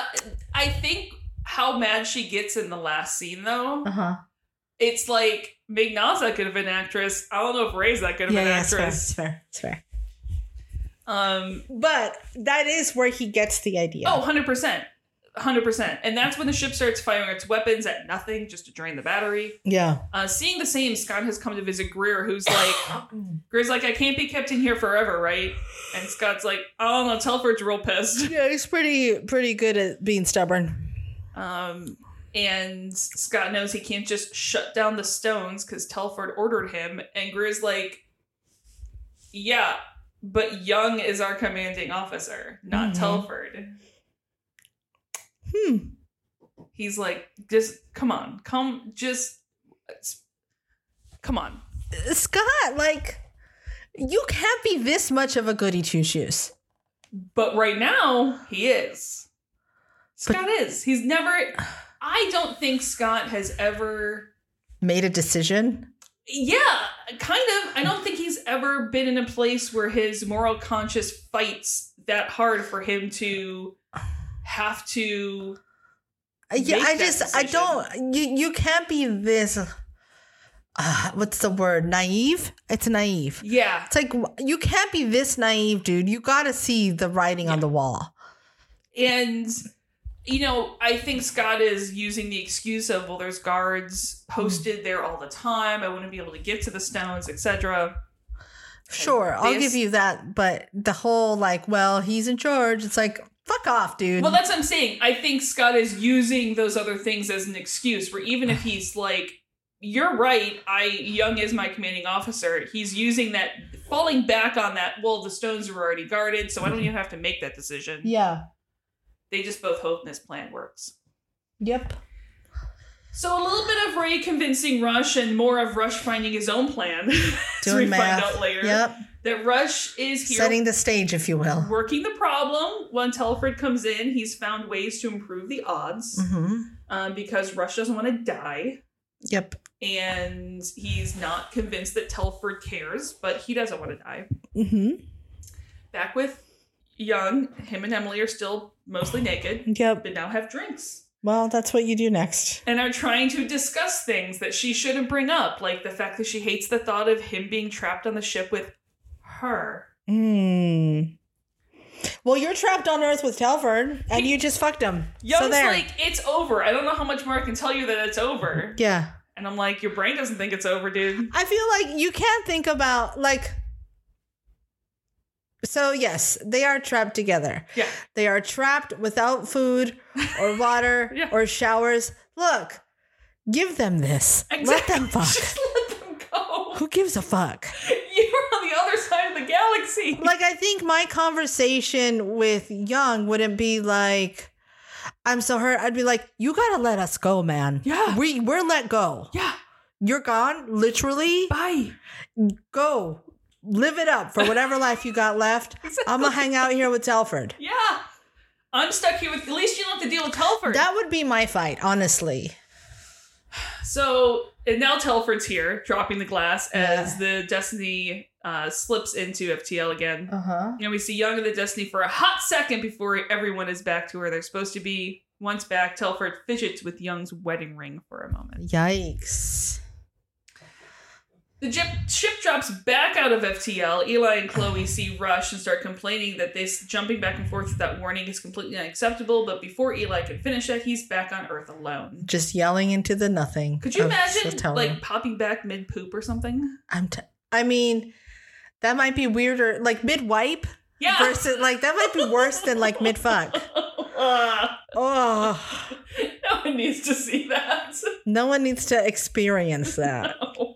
[SPEAKER 2] I think how mad she gets in the last scene, though,
[SPEAKER 3] huh.
[SPEAKER 2] it's like Migna's that good of an actress. I don't know if Ray's that good of
[SPEAKER 3] Yeah,
[SPEAKER 2] an
[SPEAKER 3] yeah, it's fair. It's
[SPEAKER 2] actress.
[SPEAKER 3] fair. It's fair.
[SPEAKER 2] Um,
[SPEAKER 3] But that is where he gets the idea.
[SPEAKER 2] Oh, 100%. 100%. And that's when the ship starts firing its weapons at nothing just to drain the battery.
[SPEAKER 3] yeah.
[SPEAKER 2] Uh, seeing the same, Scott has come to visit Greer, who's like, Greer's like, I can't be kept in here forever, right? And Scott's like, Oh, no, Telford's real pissed.
[SPEAKER 3] Yeah, he's pretty pretty good at being stubborn.
[SPEAKER 2] Um, and Scott knows he can't just shut down the stones because Telford ordered him. And Greer's like, Yeah, but Young is our commanding officer, not
[SPEAKER 3] Mhm.
[SPEAKER 2] Telford.
[SPEAKER 3] Hmm.
[SPEAKER 2] he's like just come on come just come on
[SPEAKER 3] Scott, like you can't be this much of a goody two shoes.
[SPEAKER 2] but right now he is
[SPEAKER 3] But-
[SPEAKER 2] scott is he's never i don't think scott has ever
[SPEAKER 3] Made a decision.
[SPEAKER 2] yeah kind of i don't think he's ever been in a place where his moral conscience fights that hard for him to have to
[SPEAKER 3] Uh, Yeah,
[SPEAKER 2] Make
[SPEAKER 3] I
[SPEAKER 2] that
[SPEAKER 3] just I
[SPEAKER 2] decision.
[SPEAKER 3] don't you you can't be this uh, what's the word? Naive? It's naive.
[SPEAKER 2] yeah
[SPEAKER 3] It's like wh- you can't be this naive, dude. You got to see the writing on the wall.
[SPEAKER 2] And you know, I think Scott is using the excuse of well, there's guards posted there all the time. I wouldn't be able to get to the stones, etc.
[SPEAKER 3] Sure, I'll
[SPEAKER 2] this-
[SPEAKER 3] give you that, but the whole like, well, he's in charge. It's like, fuck off, dude.
[SPEAKER 2] Well, that's what I'm saying. I think Scott is using those other things as an excuse. Where even if he's like, "You're right, I Young is my commanding officer," he's using that, falling back on that. Well, the stones were already guarded, so I don't even have to make that decision.
[SPEAKER 3] yeah.
[SPEAKER 2] They just both hope this plan works.
[SPEAKER 3] Yep.
[SPEAKER 2] So a little bit of Ray convincing Rush and more of Rush finding his own plan. as
[SPEAKER 3] Doing
[SPEAKER 2] we
[SPEAKER 3] math.
[SPEAKER 2] find out later.
[SPEAKER 3] Yep.
[SPEAKER 2] That Rush is here
[SPEAKER 3] Setting the stage, if you will.
[SPEAKER 2] working the problem. When Telford comes in, he's found ways to improve the odds
[SPEAKER 3] hmm
[SPEAKER 2] um, because Rush doesn't want to die.
[SPEAKER 3] Yep.
[SPEAKER 2] And he's not convinced that Telford cares, but he doesn't want to die.
[SPEAKER 3] hmm
[SPEAKER 2] Back with Young, him and Emily are still mostly naked,
[SPEAKER 3] Yep.
[SPEAKER 2] but now have drinks.
[SPEAKER 3] Well, that's what you do next.
[SPEAKER 2] and are trying to discuss things that she shouldn't bring up, like the fact that she hates the thought of him being trapped on the ship with her.
[SPEAKER 3] Mm. Well, you're trapped on Earth with Telford, and you just fucked him.
[SPEAKER 2] Young's
[SPEAKER 3] so there.
[SPEAKER 2] like, it's over. I don't know how much more I can tell you that it's over.
[SPEAKER 3] yeah.
[SPEAKER 2] And I'm like, your brain doesn't think it's over, dude.
[SPEAKER 3] I feel like you can't think about like So yes, they are trapped together.
[SPEAKER 2] Yeah.
[SPEAKER 3] They are trapped without food or water
[SPEAKER 2] Yeah.
[SPEAKER 3] or showers. Look, give them this. Let them
[SPEAKER 2] Exactly.
[SPEAKER 3] fuck.
[SPEAKER 2] Just let them go.
[SPEAKER 3] Who gives a fuck?
[SPEAKER 2] You're on the other side of the galaxy.
[SPEAKER 3] Like I think my conversation with Young wouldn't be like I'm so hurt. I'd be like, you gotta let us go, man.
[SPEAKER 2] Yeah.
[SPEAKER 3] We we're let go.
[SPEAKER 2] Yeah.
[SPEAKER 3] You're gone, literally.
[SPEAKER 2] Bye.
[SPEAKER 3] Go. Live it up for whatever life you got left. I'm gonna hang out here with Telford.
[SPEAKER 2] Yeah. I'm stuck here with. At least you don't have to deal with Telford.
[SPEAKER 3] That would be my fight, honestly.
[SPEAKER 2] so and now Telford's here, dropping the glass as the Destiny uh, slips into FTL again.
[SPEAKER 3] Uh-huh.
[SPEAKER 2] And we see Young and the Destiny for a hot second before everyone is back to where they're supposed to be. Once back, Telford fidgets with Young's wedding ring for a moment.
[SPEAKER 3] Yikes.
[SPEAKER 2] The ship, ship drops back out of FTL. Eli and Chloe see Rush and start complaining that this jumping back and forth without warning is completely unacceptable. But before Eli can finish it, he's back on Earth alone.
[SPEAKER 3] Just yelling into the nothing.
[SPEAKER 2] Could you
[SPEAKER 3] of
[SPEAKER 2] imagine
[SPEAKER 3] Satona.
[SPEAKER 2] like popping back mid poop or something?
[SPEAKER 3] I'm t- I mean, that might be weirder like mid wipe
[SPEAKER 2] Yeah.
[SPEAKER 3] versus like that might be worse than like mid fuck.
[SPEAKER 2] Ah,
[SPEAKER 3] Oh,
[SPEAKER 2] no one needs to see that.
[SPEAKER 3] no one needs to experience that.
[SPEAKER 2] No.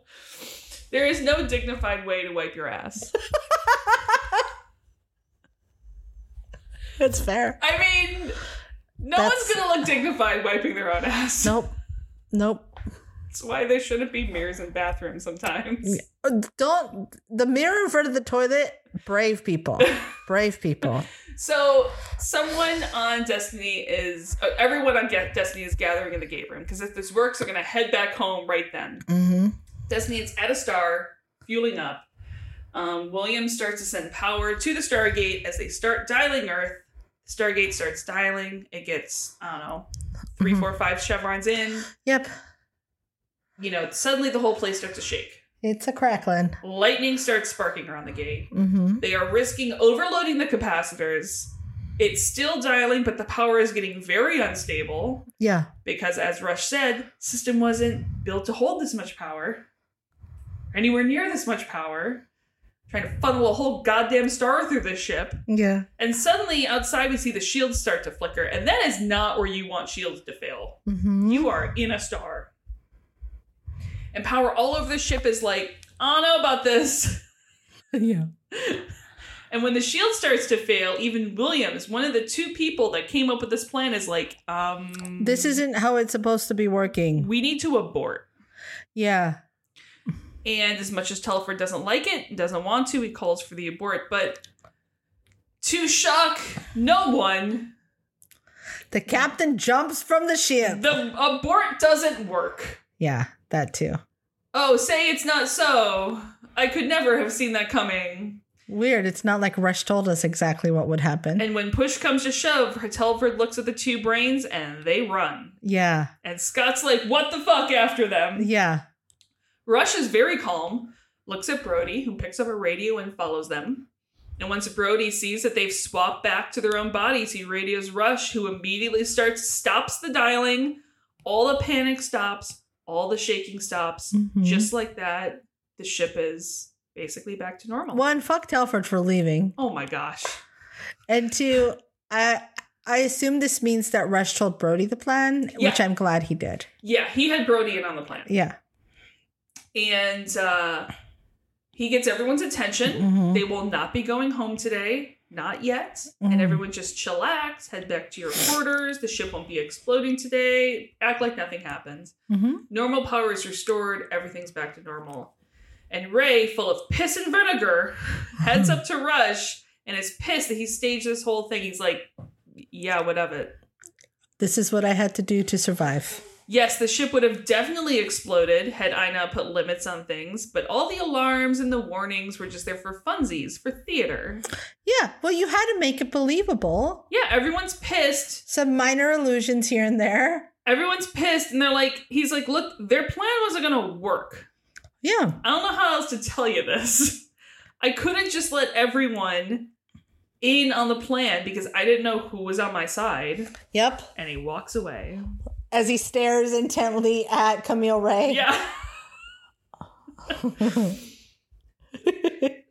[SPEAKER 2] There is no dignified way to wipe your ass.
[SPEAKER 3] That's fair.
[SPEAKER 2] I mean, no
[SPEAKER 3] That's-
[SPEAKER 2] one's gonna look dignified wiping their own ass.
[SPEAKER 3] Nope. Nope.
[SPEAKER 2] That's why there shouldn't be mirrors in bathrooms sometimes.
[SPEAKER 3] Uh, Don't the mirror in front of the toilet. Brave people. Brave people.
[SPEAKER 2] So someone on Destiny is uh, everyone on Ga- Destiny is gathering in the gate room because if this works, they're gonna head back home right then.
[SPEAKER 3] Mm-hmm.
[SPEAKER 2] Destiny is at a star, fueling up. Um, William starts to send power to the Stargate as they start dialing Earth. Stargate starts dialing. It gets I don't know three,
[SPEAKER 3] Mhm.
[SPEAKER 2] four, five chevrons in.
[SPEAKER 3] Yep.
[SPEAKER 2] You know, suddenly the whole place starts to shake.
[SPEAKER 3] It's a cracklin.
[SPEAKER 2] Lightning starts sparking around the gate.
[SPEAKER 3] Mm-hmm.
[SPEAKER 2] They are risking overloading the capacitors. It's still dialing, but the power is getting very unstable
[SPEAKER 3] Yeah.
[SPEAKER 2] because, as Rush said, system wasn't built to hold this much power, anywhere near this much power. Trying to funnel a whole goddamn star through this ship,
[SPEAKER 3] Yeah.
[SPEAKER 2] and suddenly outside we see the shields start to flicker, and that is not where you want shields to fail.
[SPEAKER 3] Mm-hmm.
[SPEAKER 2] You are in a star. And power all over the ship is like, I don't know about this.
[SPEAKER 3] Yeah.
[SPEAKER 2] And when the shield starts to fail, even Williams, one of the two people that came up with this plan, is like, um,
[SPEAKER 3] This isn't how it's supposed to be working.
[SPEAKER 2] We need to abort.
[SPEAKER 3] Yeah.
[SPEAKER 2] And as much as Telford doesn't like it, doesn't want to, he calls for the abort. But to shock no one,
[SPEAKER 3] The captain jumps from the ship.
[SPEAKER 2] the abort doesn't work.
[SPEAKER 3] Yeah, that too.
[SPEAKER 2] Oh, say it's not so. I could never have seen that coming.
[SPEAKER 3] Weird. It's not like Rush told us exactly what would happen.
[SPEAKER 2] And when push comes to shove, Telford looks at the two brains and they run.
[SPEAKER 3] Yeah.
[SPEAKER 2] And Scott's like, what the fuck after them?
[SPEAKER 3] Yeah.
[SPEAKER 2] Rush is very calm, looks at Brody, who picks up a radio and follows them. And once Brody sees that they've swapped back to their own bodies, he radios Rush, who immediately starts stops the dialing. All the panic stops, all the shaking stops.
[SPEAKER 3] Mhm.
[SPEAKER 2] Just like that, the ship is basically back to normal.
[SPEAKER 3] One, fuck Telford for leaving.
[SPEAKER 2] Oh my gosh.
[SPEAKER 3] And two, I I assume this means that Rush told Brody the plan, which
[SPEAKER 2] Yeah.
[SPEAKER 3] I'm glad he did.
[SPEAKER 2] Yeah, he had Brody in on the plan.
[SPEAKER 3] Yeah.
[SPEAKER 2] And uh, he gets everyone's attention.
[SPEAKER 3] Mhm.
[SPEAKER 2] They will not be going home today, not yet.
[SPEAKER 3] Mhm.
[SPEAKER 2] And everyone just chillax, head back to your quarters. The ship won't be exploding today. Act like nothing happened.
[SPEAKER 3] Mhm.
[SPEAKER 2] Normal power is restored. Everything's back to normal. And Ray, full of piss and vinegar, heads up to Rush and is pissed that he staged this whole thing. He's like, yeah, what of it?
[SPEAKER 3] This is what I had to do to survive.
[SPEAKER 2] Yes, the ship would have definitely exploded had I not put limits on things, but all the alarms and the warnings were just there for funsies, for theater.
[SPEAKER 3] Yeah. Well, you had to make it believable.
[SPEAKER 2] Yeah, everyone's pissed.
[SPEAKER 3] Some minor illusions here and there.
[SPEAKER 2] Everyone's pissed, and they're like, he's like, look, their plan wasn't gonna work.
[SPEAKER 3] Yeah.
[SPEAKER 2] I don't know how else to tell you this. I couldn't just let everyone in on the plan because I didn't know who was on my side.
[SPEAKER 3] Yep.
[SPEAKER 2] And he walks away.
[SPEAKER 3] As he stares intently at Camille Ray.
[SPEAKER 2] Yeah.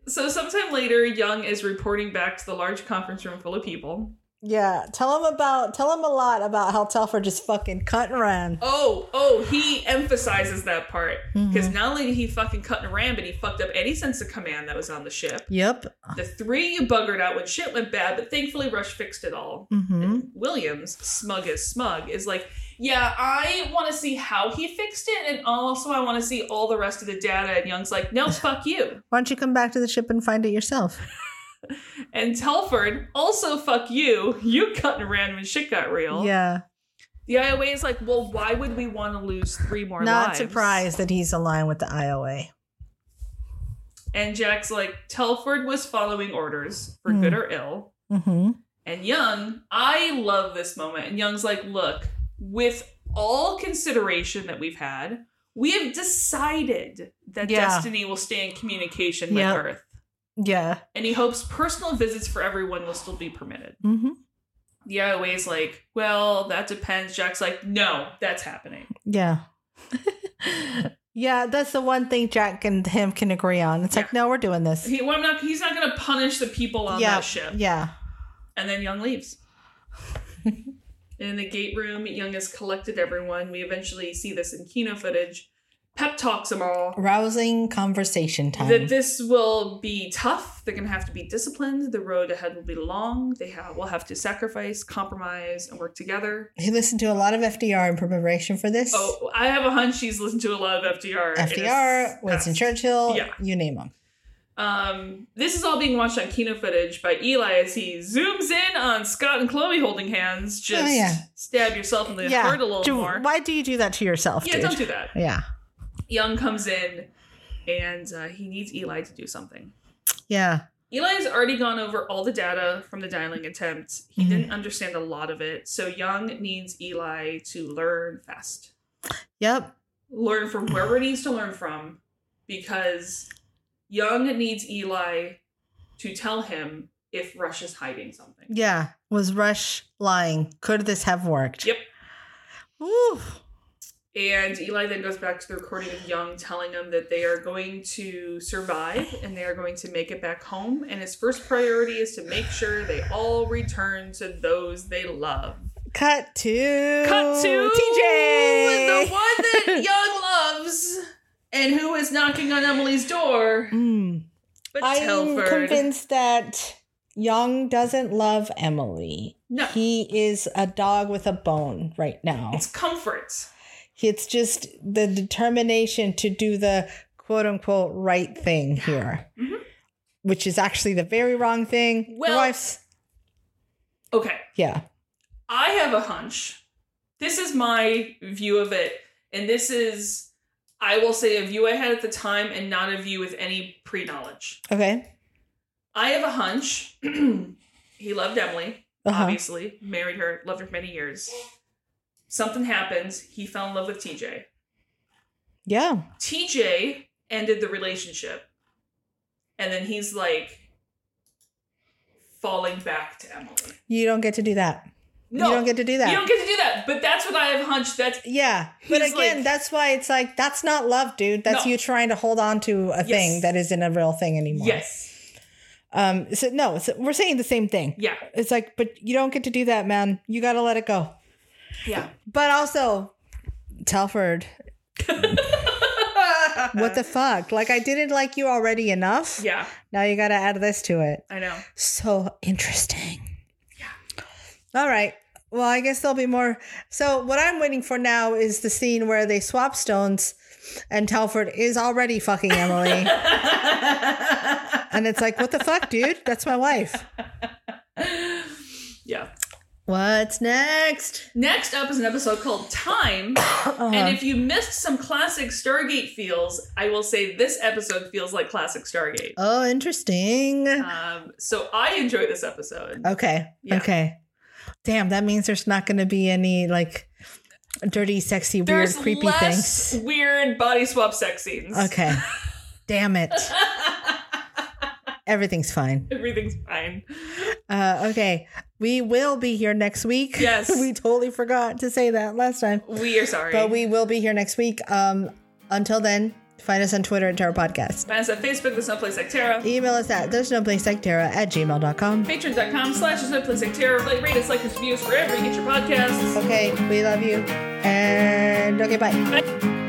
[SPEAKER 2] So sometime later, Young is reporting back to the large conference room full of people.
[SPEAKER 3] Yeah, tell him about tell him a lot about how Telfer just fucking cut and ran.
[SPEAKER 2] Oh, oh, he emphasizes that part because
[SPEAKER 3] Mhm.
[SPEAKER 2] not only did he fucking cut and ram, but he fucked up any sense of command that was on the ship.
[SPEAKER 3] Yep.
[SPEAKER 2] The three buggered out when shit went bad, but thankfully Rush fixed it all.
[SPEAKER 3] Mm-hmm.
[SPEAKER 2] And Williams, smug as smug, is like, yeah, I want to see how he fixed it, and also I want to see all the rest of the data. And Young's like, no, fuck you.
[SPEAKER 3] Why don't you come back to the ship and find it yourself?
[SPEAKER 2] And Telford, also fuck you. You cut and ran when shit got real.
[SPEAKER 3] Yeah.
[SPEAKER 2] The IOA is like, well, why would we want to lose three more
[SPEAKER 3] Not
[SPEAKER 2] lives?
[SPEAKER 3] surprised that he's aligned with the IOA.
[SPEAKER 2] And Jack's like, Telford was following orders for
[SPEAKER 3] Hmm.
[SPEAKER 2] good or ill.
[SPEAKER 3] Mm-hmm.
[SPEAKER 2] And Young, I love this moment. And Young's like, look, with all consideration that we've had, we have decided that
[SPEAKER 3] Yeah.
[SPEAKER 2] Destiny will stay in communication
[SPEAKER 3] Yep.
[SPEAKER 2] with Earth.
[SPEAKER 3] Yeah.
[SPEAKER 2] And he hopes personal visits for everyone will still be permitted.
[SPEAKER 3] Mm-hmm.
[SPEAKER 2] The IOA's like, well, that depends. Jack's like, no, that's happening.
[SPEAKER 3] Yeah. yeah, that's the one thing Jack and him can agree on. It's like, no, we're doing this.
[SPEAKER 2] He, well, I'm not, he's not going to punish the people on
[SPEAKER 3] yeah.
[SPEAKER 2] that ship.
[SPEAKER 3] Yeah.
[SPEAKER 2] And then Young leaves. in the gate room, Young has collected everyone. We eventually see this in Kino footage. Pep talks them all.
[SPEAKER 3] Rousing conversation time.
[SPEAKER 2] That this will be tough. They're going to have to be disciplined. The road ahead will be long. They ha- will have to sacrifice, compromise, and work together.
[SPEAKER 3] he listened to a lot of FDR in preparation for this.
[SPEAKER 2] Oh, I have a hunch she's listened to a lot of FDR. in his
[SPEAKER 3] FDR, Winston
[SPEAKER 2] past.
[SPEAKER 3] Churchill,
[SPEAKER 2] Yeah.
[SPEAKER 3] you name them.
[SPEAKER 2] Um, this is all being watched on Kino footage by Eli as he zooms in on Scott and Chloe holding hands. Just
[SPEAKER 3] Oh, yeah.
[SPEAKER 2] stab yourself in the
[SPEAKER 3] yeah.
[SPEAKER 2] heart a little
[SPEAKER 3] Do-
[SPEAKER 2] more.
[SPEAKER 3] Why do you do that to yourself,
[SPEAKER 2] Yeah,
[SPEAKER 3] dude?
[SPEAKER 2] don't do that.
[SPEAKER 3] yeah.
[SPEAKER 2] Young comes in and uh, he needs Eli to do something.
[SPEAKER 3] Yeah.
[SPEAKER 2] Eli has already gone over all the data from the dialing attempt. He
[SPEAKER 3] Mhm.
[SPEAKER 2] didn't understand a lot of it, so Young needs Eli to learn fast.
[SPEAKER 3] Yep.
[SPEAKER 2] Learn from wherever he needs to learn from because Young needs Eli to tell him if Rush is hiding something.
[SPEAKER 3] Yeah. Was Rush lying? Could this have worked?
[SPEAKER 2] Yep.
[SPEAKER 3] Woo.
[SPEAKER 2] And Eli then goes back to the recording of Young telling him that they are going to survive and they are going to make it back home. And his first priority is to make sure they all return to those they love.
[SPEAKER 3] Cut to
[SPEAKER 2] Cut to
[SPEAKER 3] TJ.
[SPEAKER 2] the one that Young loves and who is knocking on Emily's door.
[SPEAKER 3] Mm.
[SPEAKER 2] But
[SPEAKER 3] I'm
[SPEAKER 2] Telford.
[SPEAKER 3] convinced that Young doesn't love Emily.
[SPEAKER 2] No.
[SPEAKER 3] He is a dog with a bone right now.
[SPEAKER 2] It's comfort.
[SPEAKER 3] It's just the determination to do the quote unquote right thing here,
[SPEAKER 2] Mhm.
[SPEAKER 3] which is actually the very wrong thing. Your
[SPEAKER 2] Well-
[SPEAKER 3] wife's,
[SPEAKER 2] Okay.
[SPEAKER 3] yeah.
[SPEAKER 2] I have a hunch. This is my view of it, and this is, I will say, a view I had at the time and not a view with any pre knowledge.
[SPEAKER 3] Okay.
[SPEAKER 2] I have a hunch. he loved Emily,
[SPEAKER 3] Uh-huh.
[SPEAKER 2] obviously, married her, loved her for many years. Something happens. He fell in love with TJ.
[SPEAKER 3] Yeah.
[SPEAKER 2] TJ ended the relationship, and then he's like falling back to Emily.
[SPEAKER 3] You don't get to do that.
[SPEAKER 2] No,
[SPEAKER 3] You don't get to do that.
[SPEAKER 2] you don't get to do that. But that's what I have hunched. That's
[SPEAKER 3] yeah. But
[SPEAKER 2] He's
[SPEAKER 3] again,
[SPEAKER 2] like-
[SPEAKER 3] that's why it's like, that's not love, dude. That's
[SPEAKER 2] No.
[SPEAKER 3] you trying to hold on to a
[SPEAKER 2] Yes.
[SPEAKER 3] thing that isn't a real thing anymore.
[SPEAKER 2] yes.
[SPEAKER 3] Um, so no, so we're saying the same thing.
[SPEAKER 2] Yeah.
[SPEAKER 3] It's like, but you don't get to do that, man. You got to let it go.
[SPEAKER 2] Yeah.
[SPEAKER 3] But also, Telford, what the fuck? Like, I didn't like you already enough.
[SPEAKER 2] Yeah,
[SPEAKER 3] Now you got to add this to it.
[SPEAKER 2] I know.
[SPEAKER 3] So interesting. Yeah. All right. Well, I guess there'll be more. So, what I'm waiting for now is the scene where they swap stones and Telford is already fucking Emily. and it's like, what the fuck, dude? That's my wife.
[SPEAKER 2] Yeah.
[SPEAKER 3] What's next?
[SPEAKER 2] Next up is an episode called Time.
[SPEAKER 3] Uh-huh. Oh.
[SPEAKER 2] And if you missed some classic Stargate feels, I will say this episode feels like classic Stargate.
[SPEAKER 3] Oh, interesting.
[SPEAKER 2] Um, so I enjoy this episode.
[SPEAKER 3] okay.
[SPEAKER 2] yeah.
[SPEAKER 3] Okay. Damn, that means there's not going to be any like dirty, sexy,
[SPEAKER 2] There's
[SPEAKER 3] weird, creepy
[SPEAKER 2] less
[SPEAKER 3] things.
[SPEAKER 2] weird body swap sex scenes.
[SPEAKER 3] Okay. Damn it. Everything's fine.
[SPEAKER 2] Everything's fine.
[SPEAKER 3] Uh, okay. We will be here next week.
[SPEAKER 2] Yes.
[SPEAKER 3] we totally forgot to say that last time,
[SPEAKER 2] We are sorry.
[SPEAKER 3] but we will be here next week. Um, until then, Find us on Twitter at Terra Podcast.
[SPEAKER 2] Find us at Facebook, There's No Place Like Terra.
[SPEAKER 3] Email us at there's no place like Terra at gmail.com.
[SPEAKER 2] Patreon.com slash There's No Place Like Terra. Rate, rate us, like us, review us wherever you get your podcasts.
[SPEAKER 3] Okay, we love you. And okay, bye.
[SPEAKER 2] Bye.